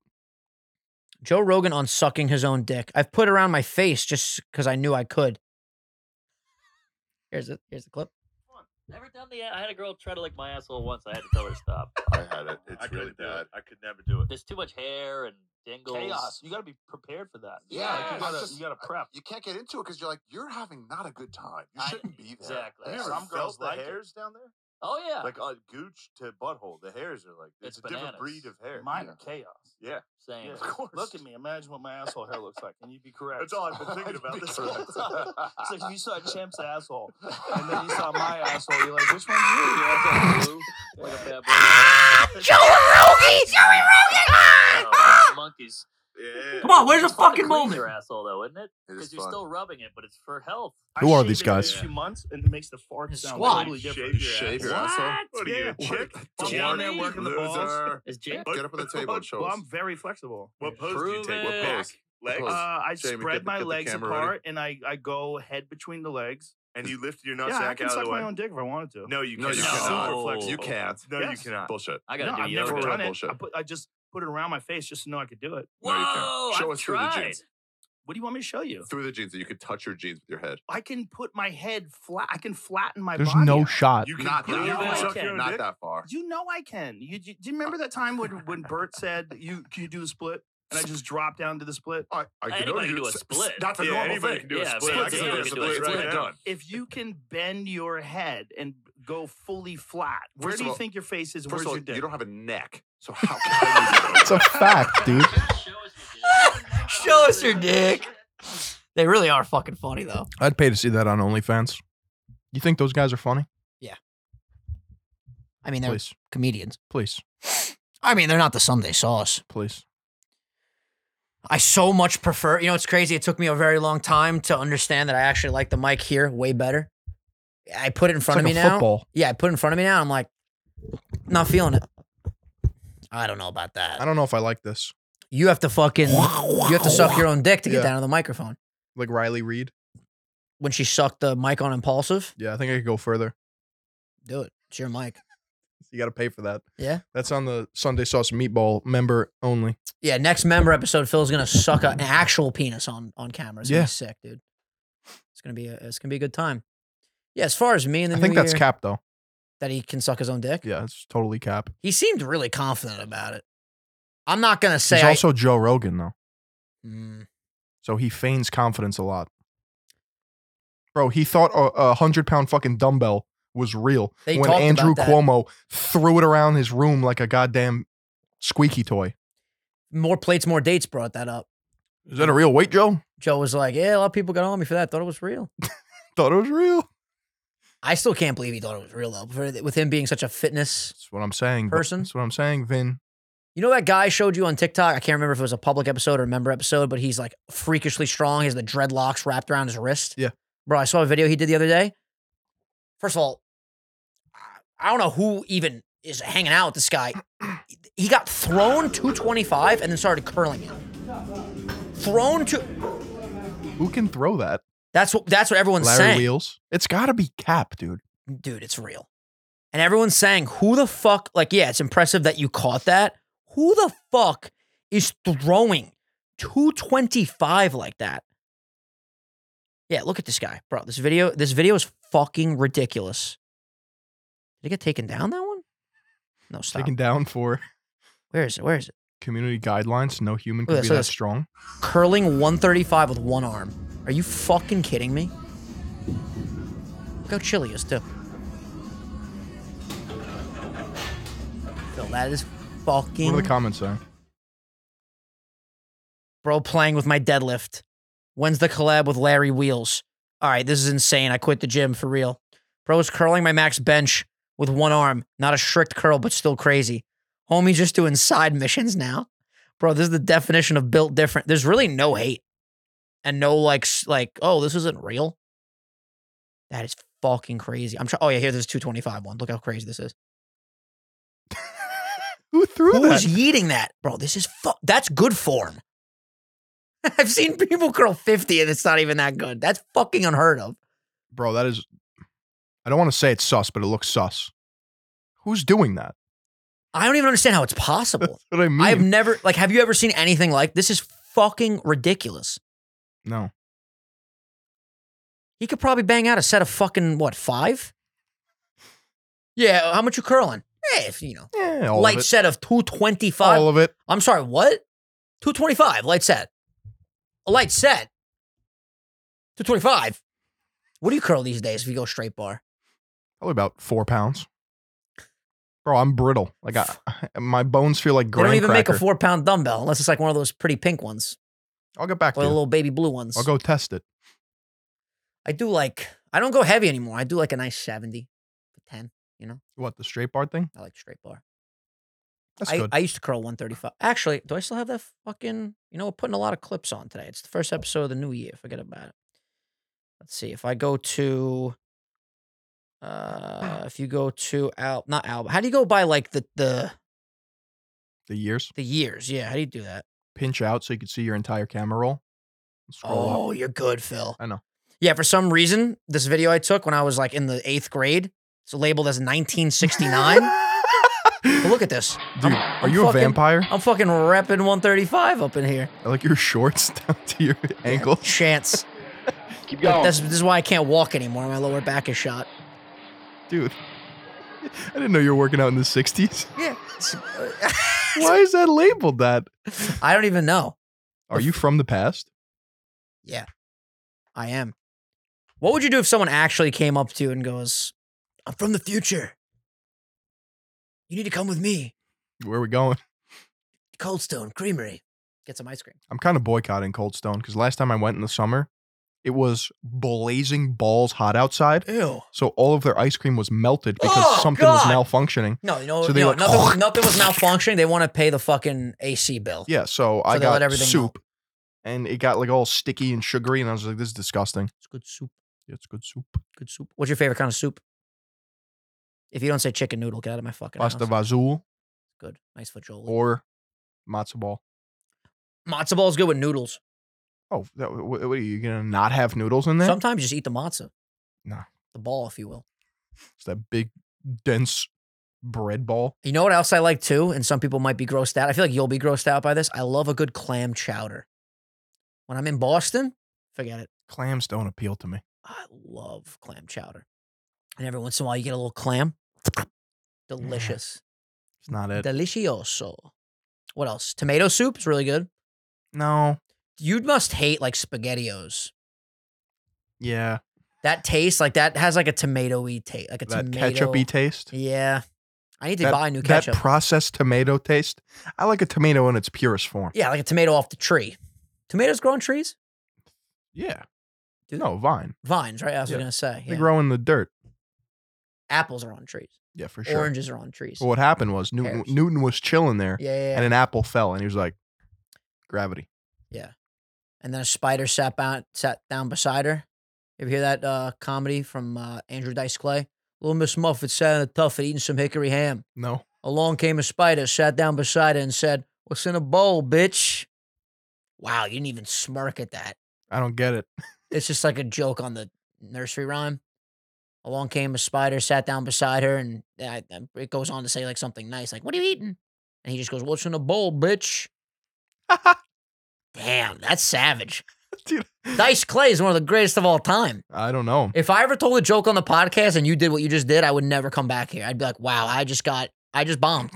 A: Joe Rogan on sucking his own dick. I've put around my face just because I knew I could. Here's the here's the clip.
I: Every time they, I had a girl try to lick my asshole once, I had to tell her stop.
J: I had it. It's
I: I couldn't
J: really
I: do it.
J: bad. I could never do it.
I: There's too much hair and dangles.
H: Chaos.
I: You got to be prepared for that.
H: Yeah,
I: like, you
H: it's
I: gotta
H: just- uh,
I: you gotta prep.
H: You can't get into it because you're like you're having not a good time. You
I: I-
H: shouldn't be there.
I: exactly.
H: Have you ever
K: Some girls,
H: felt
K: the
H: like it?
K: hairs down there,
I: Oh yeah,
K: like uh, gooch to butthole, the hairs are like
I: It's
K: it's, a different
I: bananas.
K: breed of hair. Mine
H: Yeah.
K: are
I: chaos.
K: Yeah,
I: Same.
K: yeah, of course.
I: Look at me. Imagine what my asshole hair looks like, and you'd be correct.
K: That's all I've been thinking about this whole time.
I: It's like if you saw Champ's asshole, and then you saw my asshole, you're like, which one's you? Your asshole's blue, like a bad boy.
A: Joey Rogan! Joey Rogan!
I: Oh, monkeys.
K: Yeah.
A: Come on, where's the
I: It's fun to
A: fucking
I: clean
A: moment?
I: Your asshole, though, isn't it?
H: It is
I: Because you're
H: fun.
I: still rubbing it, but it's for health.
B: Who
K: I
B: are
K: shaved
B: these
K: it
B: guys?
K: A few months, and it makes the fart
I: His
K: sound
I: squad.
K: totally
I: You
K: different.
H: shave your asshole?
K: What are you, a
H: What?
K: chick?
H: Don't
K: Down there
I: worry,
K: working the
H: loser.
K: balls.
I: Is Jake?
H: Get up on the table and show
K: Well,
H: us.
K: I'm very flexible.
B: What
K: pose
I: do you take? Prove
K: What
I: it.
K: pose? Legs?
H: What
K: Uh,
H: pose?
K: I
H: Jamie,
K: spread
H: get the-
K: my
H: get the
K: legs
H: camera
K: apart and I, I go head between the legs.
H: And you
K: lift your
H: nutsack
K: yeah, I can
H: out of the
K: suck
H: way?
K: my own dick if I wanted to. No, you
H: No, you
K: cannot.
H: cannot.
K: Super flexible.
H: You can't. No,
K: Yes.
H: you cannot.
K: Bullshit.
I: I gotta
K: no,
I: do
K: I've
I: yoga.
K: never done it.
H: Bullshit.
K: I, put, I just put it around my face just to know I could do it.
H: No, you can't.
I: Whoa!
H: Show
I: I've
H: us through the
I: tried.
H: jeans.
K: What do you want me to show you?
H: Through the jeans, that you could touch your jeans with your head.
K: I can put my head flat. I can flatten my
B: There's
K: body.
B: no
K: out.
B: shot.
H: You not
K: prove
H: that
K: it.
H: far.
K: I can.
H: Not that far.
K: You know I can. You, you-
H: Uh
K: do you remember that time when when Bert said you can you do the split and I just dropped down to the split?
H: I, I
I: Anybody
H: only
I: can do a
H: s- s-
I: split.
H: That's a
K: Yeah,
H: normal
K: anybody
H: thing.
K: can
I: do a Yeah, split.
H: Split's
I: I can
H: a-
I: do a
H: it's a-
I: split
H: it's
I: right
H: been
I: now.
H: done.
K: If you can bend your head and go fully flat, where
H: First
K: do
H: of
K: you
H: all-
K: think your face is?
H: First
K: and Where's
H: of all,
K: your dick?
H: you don't have a neck, so how can
B: It's a fact, dude.
I: Just show us your dick.
A: Show us your dick. They really are fucking funny though.
B: I'd pay to see that on OnlyFans. You think those guys are funny?
A: I mean, they're
B: Please,
A: comedians.
B: please,
A: I mean, they're not the Sunday sauce.
B: please.
A: I so much prefer. You know, it's crazy. It took me a very long time to understand that I actually like the mic here way better. I put it in front
B: it's
A: of
B: like a
A: me now.
B: football.
A: Yeah, I put it in front of me now. I'm like, not feeling it. I don't know about
B: I
A: that.
B: don't know if I like this.
A: You have to fucking, you have to suck your own dick to get
B: Yeah.
A: down to the microphone.
B: Like Riley Reed.
A: When she sucked the mic on impulsive,
B: Yeah, I think I could go further.
A: do it. It's your mic.
B: You got to pay for that.
A: Yeah.
B: That's on the Sunday Sauce Meatball member only.
A: Yeah, next member episode, Phil's gonna suck a- an actual penis on on camera. It's gonna
B: Yeah.
A: be sick, dude. It's gonna be a, it's gonna be a good time. Yeah, as far as me and the
B: I
A: new
B: think that's
A: year,
B: cap, though.
A: that he can suck his own dick.
B: Yeah, it's totally cap.
A: He seemed really confident about it. I'm not gonna say.
B: He's
A: I-
B: also Joe Rogan, though.
A: Mm,
B: So he feigns confidence a lot. Bro, he thought a, a hundred pound fucking dumbbell was real
A: They
B: when
A: talked
B: Andrew
A: about that.
B: Cuomo threw it around his room like a goddamn squeaky toy.
A: more plates, more dates brought that up.
B: Is that a real weight, Joe?
A: Joe was like, "Yeah, a lot of people got on me for that. Thought it was real."
B: Thought it was real.
A: I still can't believe he thought it was real though. for- with him being such a fitness
B: That's what I'm saying. but-
A: Person?
B: That's what I'm saying, Vin.
A: You know that guy I showed you on TikTok? I can't remember if it was a public episode or a member episode, but he's like freakishly strong. He has the dreadlocks wrapped around his wrist.
B: Yeah.
A: Bro, I saw a video he did the other day. First of all, I- I don't know who even is hanging out with this guy. He got thrown 225 and then started curling it. Thrown to
B: Who can throw that?
A: that's what that's what everyone's
B: Larry
A: saying.
B: Wheels. It's got to be cap, dude.
A: Dude, it's real. And everyone's saying, who the fuck like, yeah, it's impressive that you caught that. Who the fuck is throwing 225 like that. Yeah, look at this guy, bro. This video, this video is fucking ridiculous. Did it get taken down that one? No, stop.
B: Taken down for
A: Where is it? Where is it?
B: community guidelines. No human
A: Look
B: can
A: at
B: be
A: this, look at
B: that
A: this.
B: strong.
A: Curling 135 with one arm. Are you fucking kidding me? Look how chilly is too. Phil, that is fucking
B: What are the comments saying?
A: bro playing with my deadlift. When's the collab with Larry Wheels? All right, this is insane. I quit the gym for real. Bro's curling my max bench with one arm. Not a strict curl, but still crazy. Homie just doing side missions now. Bro, this is the definition of built different. There's really no hate and no like s- like oh this isn't real. That is fucking crazy. I'm trying. Oh yeah, here there's 225 one. Look how crazy this is.
B: Who threw
A: Who
B: that?
A: is yeeting that, bro? This is fu- that's good form. I've seen people curl 50 and it's not even that good. That's fucking unheard of.
B: Bro, that is. I don't want to say it's sus, but it looks sus. Who's doing that?
A: I don't even understand how it's possible.
B: What I mean?
A: I've never like have you ever seen anything like this is fucking ridiculous.
B: no.
A: He could probably bang out a set of fucking what, 5? Yeah, how much you curling? Eh, if, you know.
B: Yeah, all
A: Light
B: of it.
A: set of 225.
B: All of it.
A: I'm sorry, what? 225, light set. A light set. 225. What do you curl these days if you go straight bar?
B: Probably about four pounds. Bro, I'm brittle. Like I, my bones feel like
A: They
B: graham
A: don't even make a
B: cracker.
A: four pound dumbbell unless it's like one of those pretty pink ones
B: I'll get back
A: or
B: to
A: the
B: you.
A: little baby blue ones.
B: I'll go test it.
A: I do like, I don't go heavy anymore. I do like a nice 70 to 10, you know?
B: What the straight bar thing?
A: I like straight bar.
B: That's
A: I,
B: good.
A: I used to curl 135. Actually, do I still have that fucking? You know, we're putting a lot of clips on today. It's the first episode of the new year. Forget about it. Let's see. If I go to, uh, if you go to Al, not Al, how do you go by like the the
B: the years
A: the years? Yeah, how do you do that?
B: pinch out so you can see your entire camera roll. Scroll
A: Oh,
B: up.
A: you're good, Phil.
B: I know.
A: Yeah, for some reason, this video I took when I was like in the eighth grade, it's labeled as 1969. but look at this.
B: Dude, are you
A: fucking-
B: a vampire?
A: I'm fucking repping 135 up in here.
B: I like your shorts down to your ankle.
A: Chance.
B: Keep
A: Like, that's, this is why I can't walk anymore. My lower back is shot.
B: Dude, I didn't know you were working out in the 60s.
A: Yeah.
B: Why is that labeled that?
A: uh, I don't even know.
B: Are you from the past?
A: Yeah. I am. What would you do if someone actually came up to you and goes, I'm from the future. You need to come with me.
B: Where are we going?
A: Cold Stone Creamery. Get some ice cream.
B: I'm kind of boycotting Cold Stone because last time I went in the summer, it was blazing balls hot outside.
A: Ew.
B: So all of their ice cream was melted because
A: Oh,
B: something was
A: God.
B: malfunctioning.
A: No, you know,
B: So they
A: no,
B: went-
A: nothing, nothing was malfunctioning. They want to pay the fucking AC bill.
B: Yeah, so,
A: So
B: I
A: they let
B: got
A: everything
B: soup and it got like all sticky and sugary, and I was like, this is disgusting.
A: It's good soup.
B: Yeah, it's good soup.
A: Good soup. What's your favorite kind of soup? If you don't say chicken noodle, get out of my fucking
B: Pasta
A: house.
B: vazul
A: Good. Nice fajoli.
B: or matzo ball.
A: Matzo ball is good with noodles.
B: Oh, that, what, what are you gonna not have noodles in there?
A: Sometimes you just eat the matzah,
B: Nah,
A: the ball, if you will.
B: it's that big, dense bread ball.
A: You know what else I like too? And some people might be grossed out. I feel like you'll be grossed out by this. I love a good clam chowder. When I'm in Boston, forget it.
B: Clams don't appeal to me.
A: I love clam chowder. And every once in a while, you get a little clam. Delicious.
B: It's not it.
A: Delicioso. What else? Tomato soup is really good.
B: no.
A: You must hate like SpaghettiOs.
B: Yeah.
A: That taste, like that has like a tomatoey taste, like a
B: That
A: tomato.
B: ketchupy taste.
A: Yeah. I need to
B: That,
A: buy new
B: that
A: ketchup.
B: processed tomato taste. I like a tomato in its purest form.
A: yeah, like a tomato off the tree. Tomatoes grow on trees?
B: Yeah.
A: Dude.
B: No vine.
A: Vines, right? I was
B: Yeah.
A: going to say.
B: They
A: yeah.
B: grow in the dirt.
A: Apples are on trees.
B: Yeah, for sure.
A: Oranges are on trees.
B: But what happened was Newton,
A: Pears.
B: Newton was chilling there,
A: Yeah, yeah, yeah.
B: and an apple fell, and he was like, "Gravity."
A: Yeah. And then a spider sat down, sat down beside her. You ever hear that uh, comedy from uh, Andrew Dice Clay? Little Miss Muffet sat in a tuffet eating some hickory ham.
B: No.
A: Along came a spider, sat down beside her, and said, What's in a bowl, bitch? Wow, you didn't even smirk at that.
B: I don't get it.
A: It's just like a joke on the nursery rhyme. Along came a spider, sat down beside her, and I, I- it goes on to say like something nice, like "What are you eating?" And he just goes, "What's in a bowl, bitch?" Damn, that's savage.
B: Dude.
A: Dice Clay is one of the greatest of all time.
B: I don't know.
A: If I ever told a joke on the podcast and you did what you just did, I would never come back here. I'd be like, "Wow, I just got, I just bombed.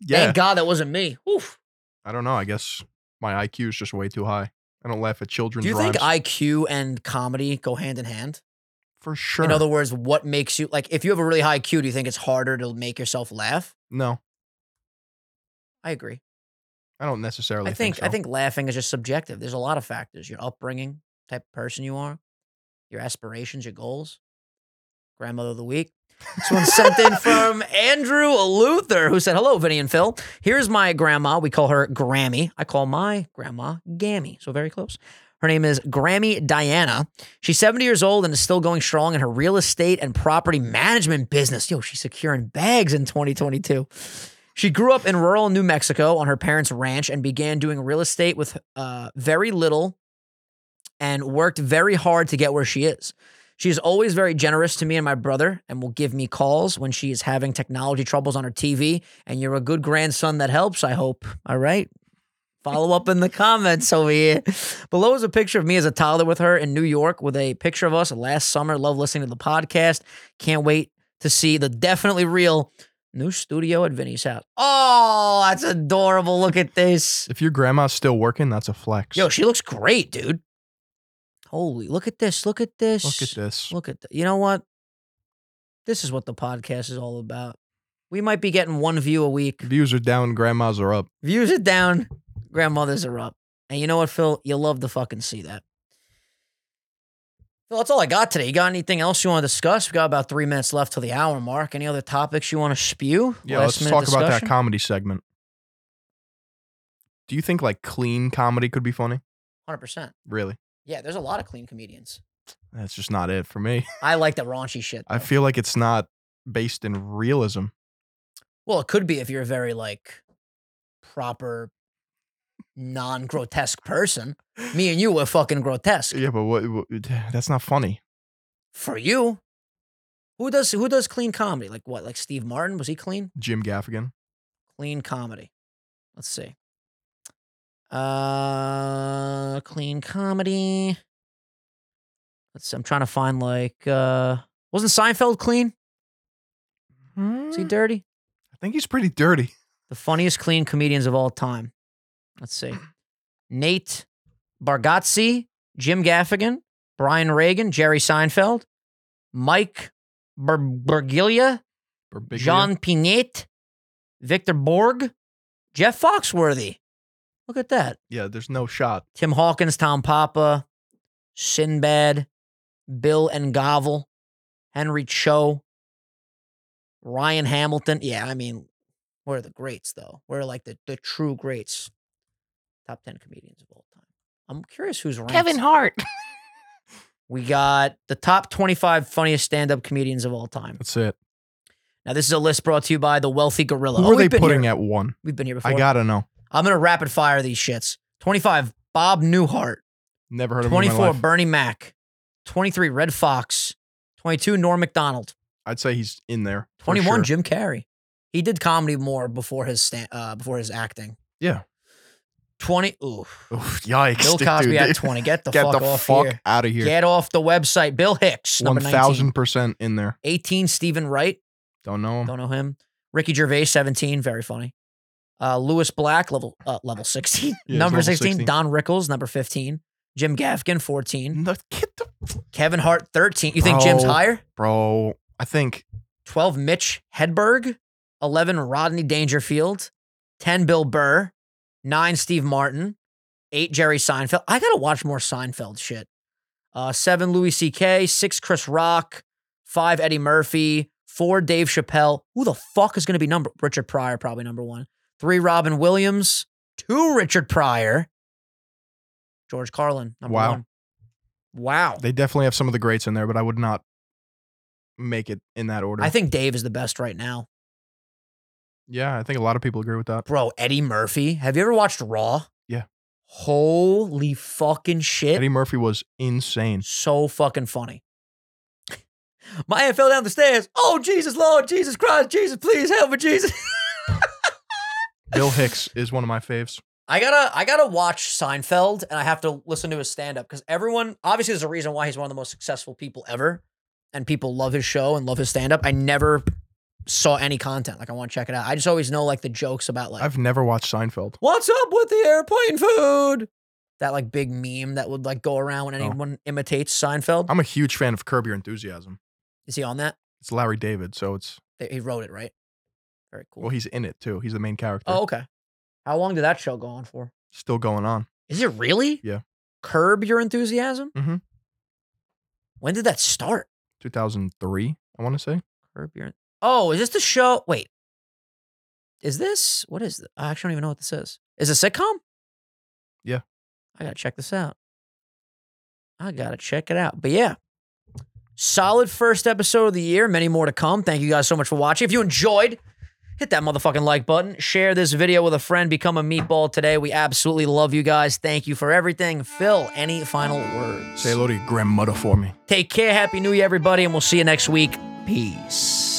B: Yeah.
A: Thank God that wasn't me." Oof.
B: I don't know. I guess my IQ is just way too high. I don't laugh at children's
A: Do you
B: rhymes.
A: think IQ and comedy go hand in hand?
B: For sure.
A: In other words, what makes you like if you have a really high IQ, do you think it's harder to make yourself laugh?
B: no,
A: I agree.
B: I don't necessarily
A: I think, I
B: so.
A: think laughing is just subjective. There's a lot of factors: your upbringing, type of person you are, your aspirations, your goals. Grandmother of the week. This one sent in from Andrew Luther, who said, "Hello, Vinny and Phil. Here's my grandma. We call her Grammy. I call my grandma Gammy. So very close. Her name is Grammy Diana. She's 70 years old and is still going strong in her real estate and property management business. Yo, she's securing bags in 2022." She grew up in rural New Mexico on her parents' ranch and began doing real estate with uh, very little and worked very hard to get where she is. She is always very generous to me and my brother and will give me calls when she is having technology troubles on her TV. And you're a good grandson that helps, I hope. All right. Follow up in the comments over here. Below is a picture of me as a toddler with her in New York with a picture of us last summer. Love listening to the podcast. Can't wait to see the definitely real New studio at Vinny's house. Oh, that's adorable. Look at this.
B: If your grandma's still working, that's a flex.
A: Yo, she looks great, dude. Holy, look at this. Look at this.
B: Look at this.
A: Look at th- You know what? This is what the podcast is all about. We might be getting one view a week.
B: Views are down, grandmas are up.
A: Views are down, grandmothers are up. And you know what, Phil? You love to fucking see that. Phil, that's all I got today. You got anything else you want to discuss? We got about three minutes left till the hour mark. Any other topics you want to spew?
B: Yeah,
A: Last
B: let's
A: minute
B: talk about that
A: discussion?
B: comedy segment. Do you think like clean comedy could be funny?
A: 100%.
B: Really?
A: Yeah, there's a lot of clean comedians.
B: That's just not it for me.
A: I like the raunchy shit.
B: I
A: though.
B: feel like it's not based in realism.
A: Well, it could be if you're a very like proper, non-grotesque person. Me and you were fucking grotesque.
B: Yeah, but what, what that's not funny.
A: For you, who does who does clean comedy? Like what? Like Steve Martin was he clean?
B: Jim Gaffigan.
A: Clean comedy. Let's see. Uh, clean comedy. Let's. see, I'm trying to find like. uh Wasn't Seinfeld clean? Is
B: Mm.
A: he dirty?
B: I think he's pretty dirty.
A: The funniest clean comedians of all time. Let's see. Nate Bargatze, Jim Gaffigan, Brian Reagan, Jerry Seinfeld, Mike Ber- Bergilia,
B: Or big
A: John Pinette, Victor Borg, Jeff Foxworthy. Look at that.
B: Yeah, there's no shot.
A: Tim Hawkins, Tom Papa, Sinbad, Bill and Govel, Henry Cho, Ryan Hamilton. Yeah, I mean, we're the greats though. We're like the, the true greats. Top ten comedians of all time. I'm curious who's ranked.
G: Hart.
A: We got the top 25 funniest stand-up comedians of all time.
B: That's it.
A: Now this is a list brought to you by the Wealthy Gorilla.
B: Who
A: Oh,
B: are they
A: we've been
B: putting
A: here.
B: at one?
A: We've been here before.
B: I gotta know.
A: I'm gonna rapid fire these shits. 25, Bob Newhart.
B: Never heard of him in my
A: 24,
B: life.
A: Bernie Mac. 23, Red Fox. 22, Norm MacDonald.
B: I'd say he's in there. for
A: 21,
B: sure.
A: Jim Carrey. He did comedy more before his stand, uh, before his acting.
B: Yeah.
A: 20, ooh.
B: Oof, yikes.
A: Bill
B: dude,
A: Cosby at
B: dude.
A: 20. Get the
B: Get
A: fuck
B: the
A: off
B: fuck
A: here.
B: out of here.
A: Get off the website. Bill Hicks,
B: One
A: number 19.
B: thousand percent in there.
A: 18, Stephen Wright.
B: Don't know him.
A: Don't know him. Ricky Gervais, 17, very funny. Uh, Lewis Black, level uh, level 16.
B: Yeah, he's
A: number
B: level
A: 16,
B: 16.
A: Don Rickles, number 15. Jim Gaffigan, 14.
B: No, get the
A: Kevin Hart, 13. You think Jim's
B: Bro.
A: higher?
B: bro. I think
A: 12, Mitch Hedberg. 11, Rodney Dangerfield. 10, Bill Burr. 9, Steve Martin. 8, Jerry Seinfeld. I got to watch more Seinfeld shit. Uh, 7, Louis C.K. 6, Chris Rock. 5, Eddie Murphy. 4, Dave Chappelle. Who the fuck is going to be number? Richard Pryor, probably number one. 3, Robin Williams. 2, Richard Pryor. George Carlin, number
B: Wow.
A: one. Wow.
B: they definitely have some of the greats in there, but I would not make it in that order.
A: I think Dave is the best right now.
B: yeah, I think a lot of people agree with that.
A: Bro, Eddie Murphy. Have you ever watched Raw?
B: Yeah.
A: Holy fucking shit.
B: Eddie Murphy was insane.
A: so fucking funny. My hand fell down the stairs. Oh, Jesus, Lord, Jesus Christ, Jesus, please help me, Jesus.
B: Bill Hicks is one of my faves.
A: I gotta I gotta watch Seinfeld and I have to listen to his stand-up because everyone obviously there's a reason why he's one of the most successful people ever. And people love his show and love his stand-up. I never saw any content. Like I want to check it out. I just always know like the jokes about like
B: I've never watched Seinfeld.
A: What's up with the airplane food? That like big meme that would like go around when
B: Oh.
A: anyone imitates Seinfeld.
B: I'm a huge fan of Curb Your Enthusiasm.
A: Is he on that?
B: It's Larry David, so it's
A: They- He wrote it, right? Very cool.
B: well, he's in it too. He's the main character.
A: oh, okay. How long did that show go on for?
B: Still going on.
A: Is it really?
B: Yeah.
A: Curb your enthusiasm.
B: Mhm.
A: When did that start?
B: 2003, I want to say.
A: Curb your. Oh, is this the show? Wait. Is this what is? This? I actually don't even know what this is. Is it a sitcom?
B: Yeah.
A: I gotta check this out. I gotta check it out. But yeah. Solid first episode of the year. Many more to come. Thank you guys so much for watching. If you enjoyed, hit that motherfucking like button. Share this video with a friend. Become a meatball today. We absolutely love you guys. Thank you for everything. Phil, any final words?
B: Say hello to your grandmother for me.
A: Take care. Happy New Year, everybody, and we'll see you next week. Peace.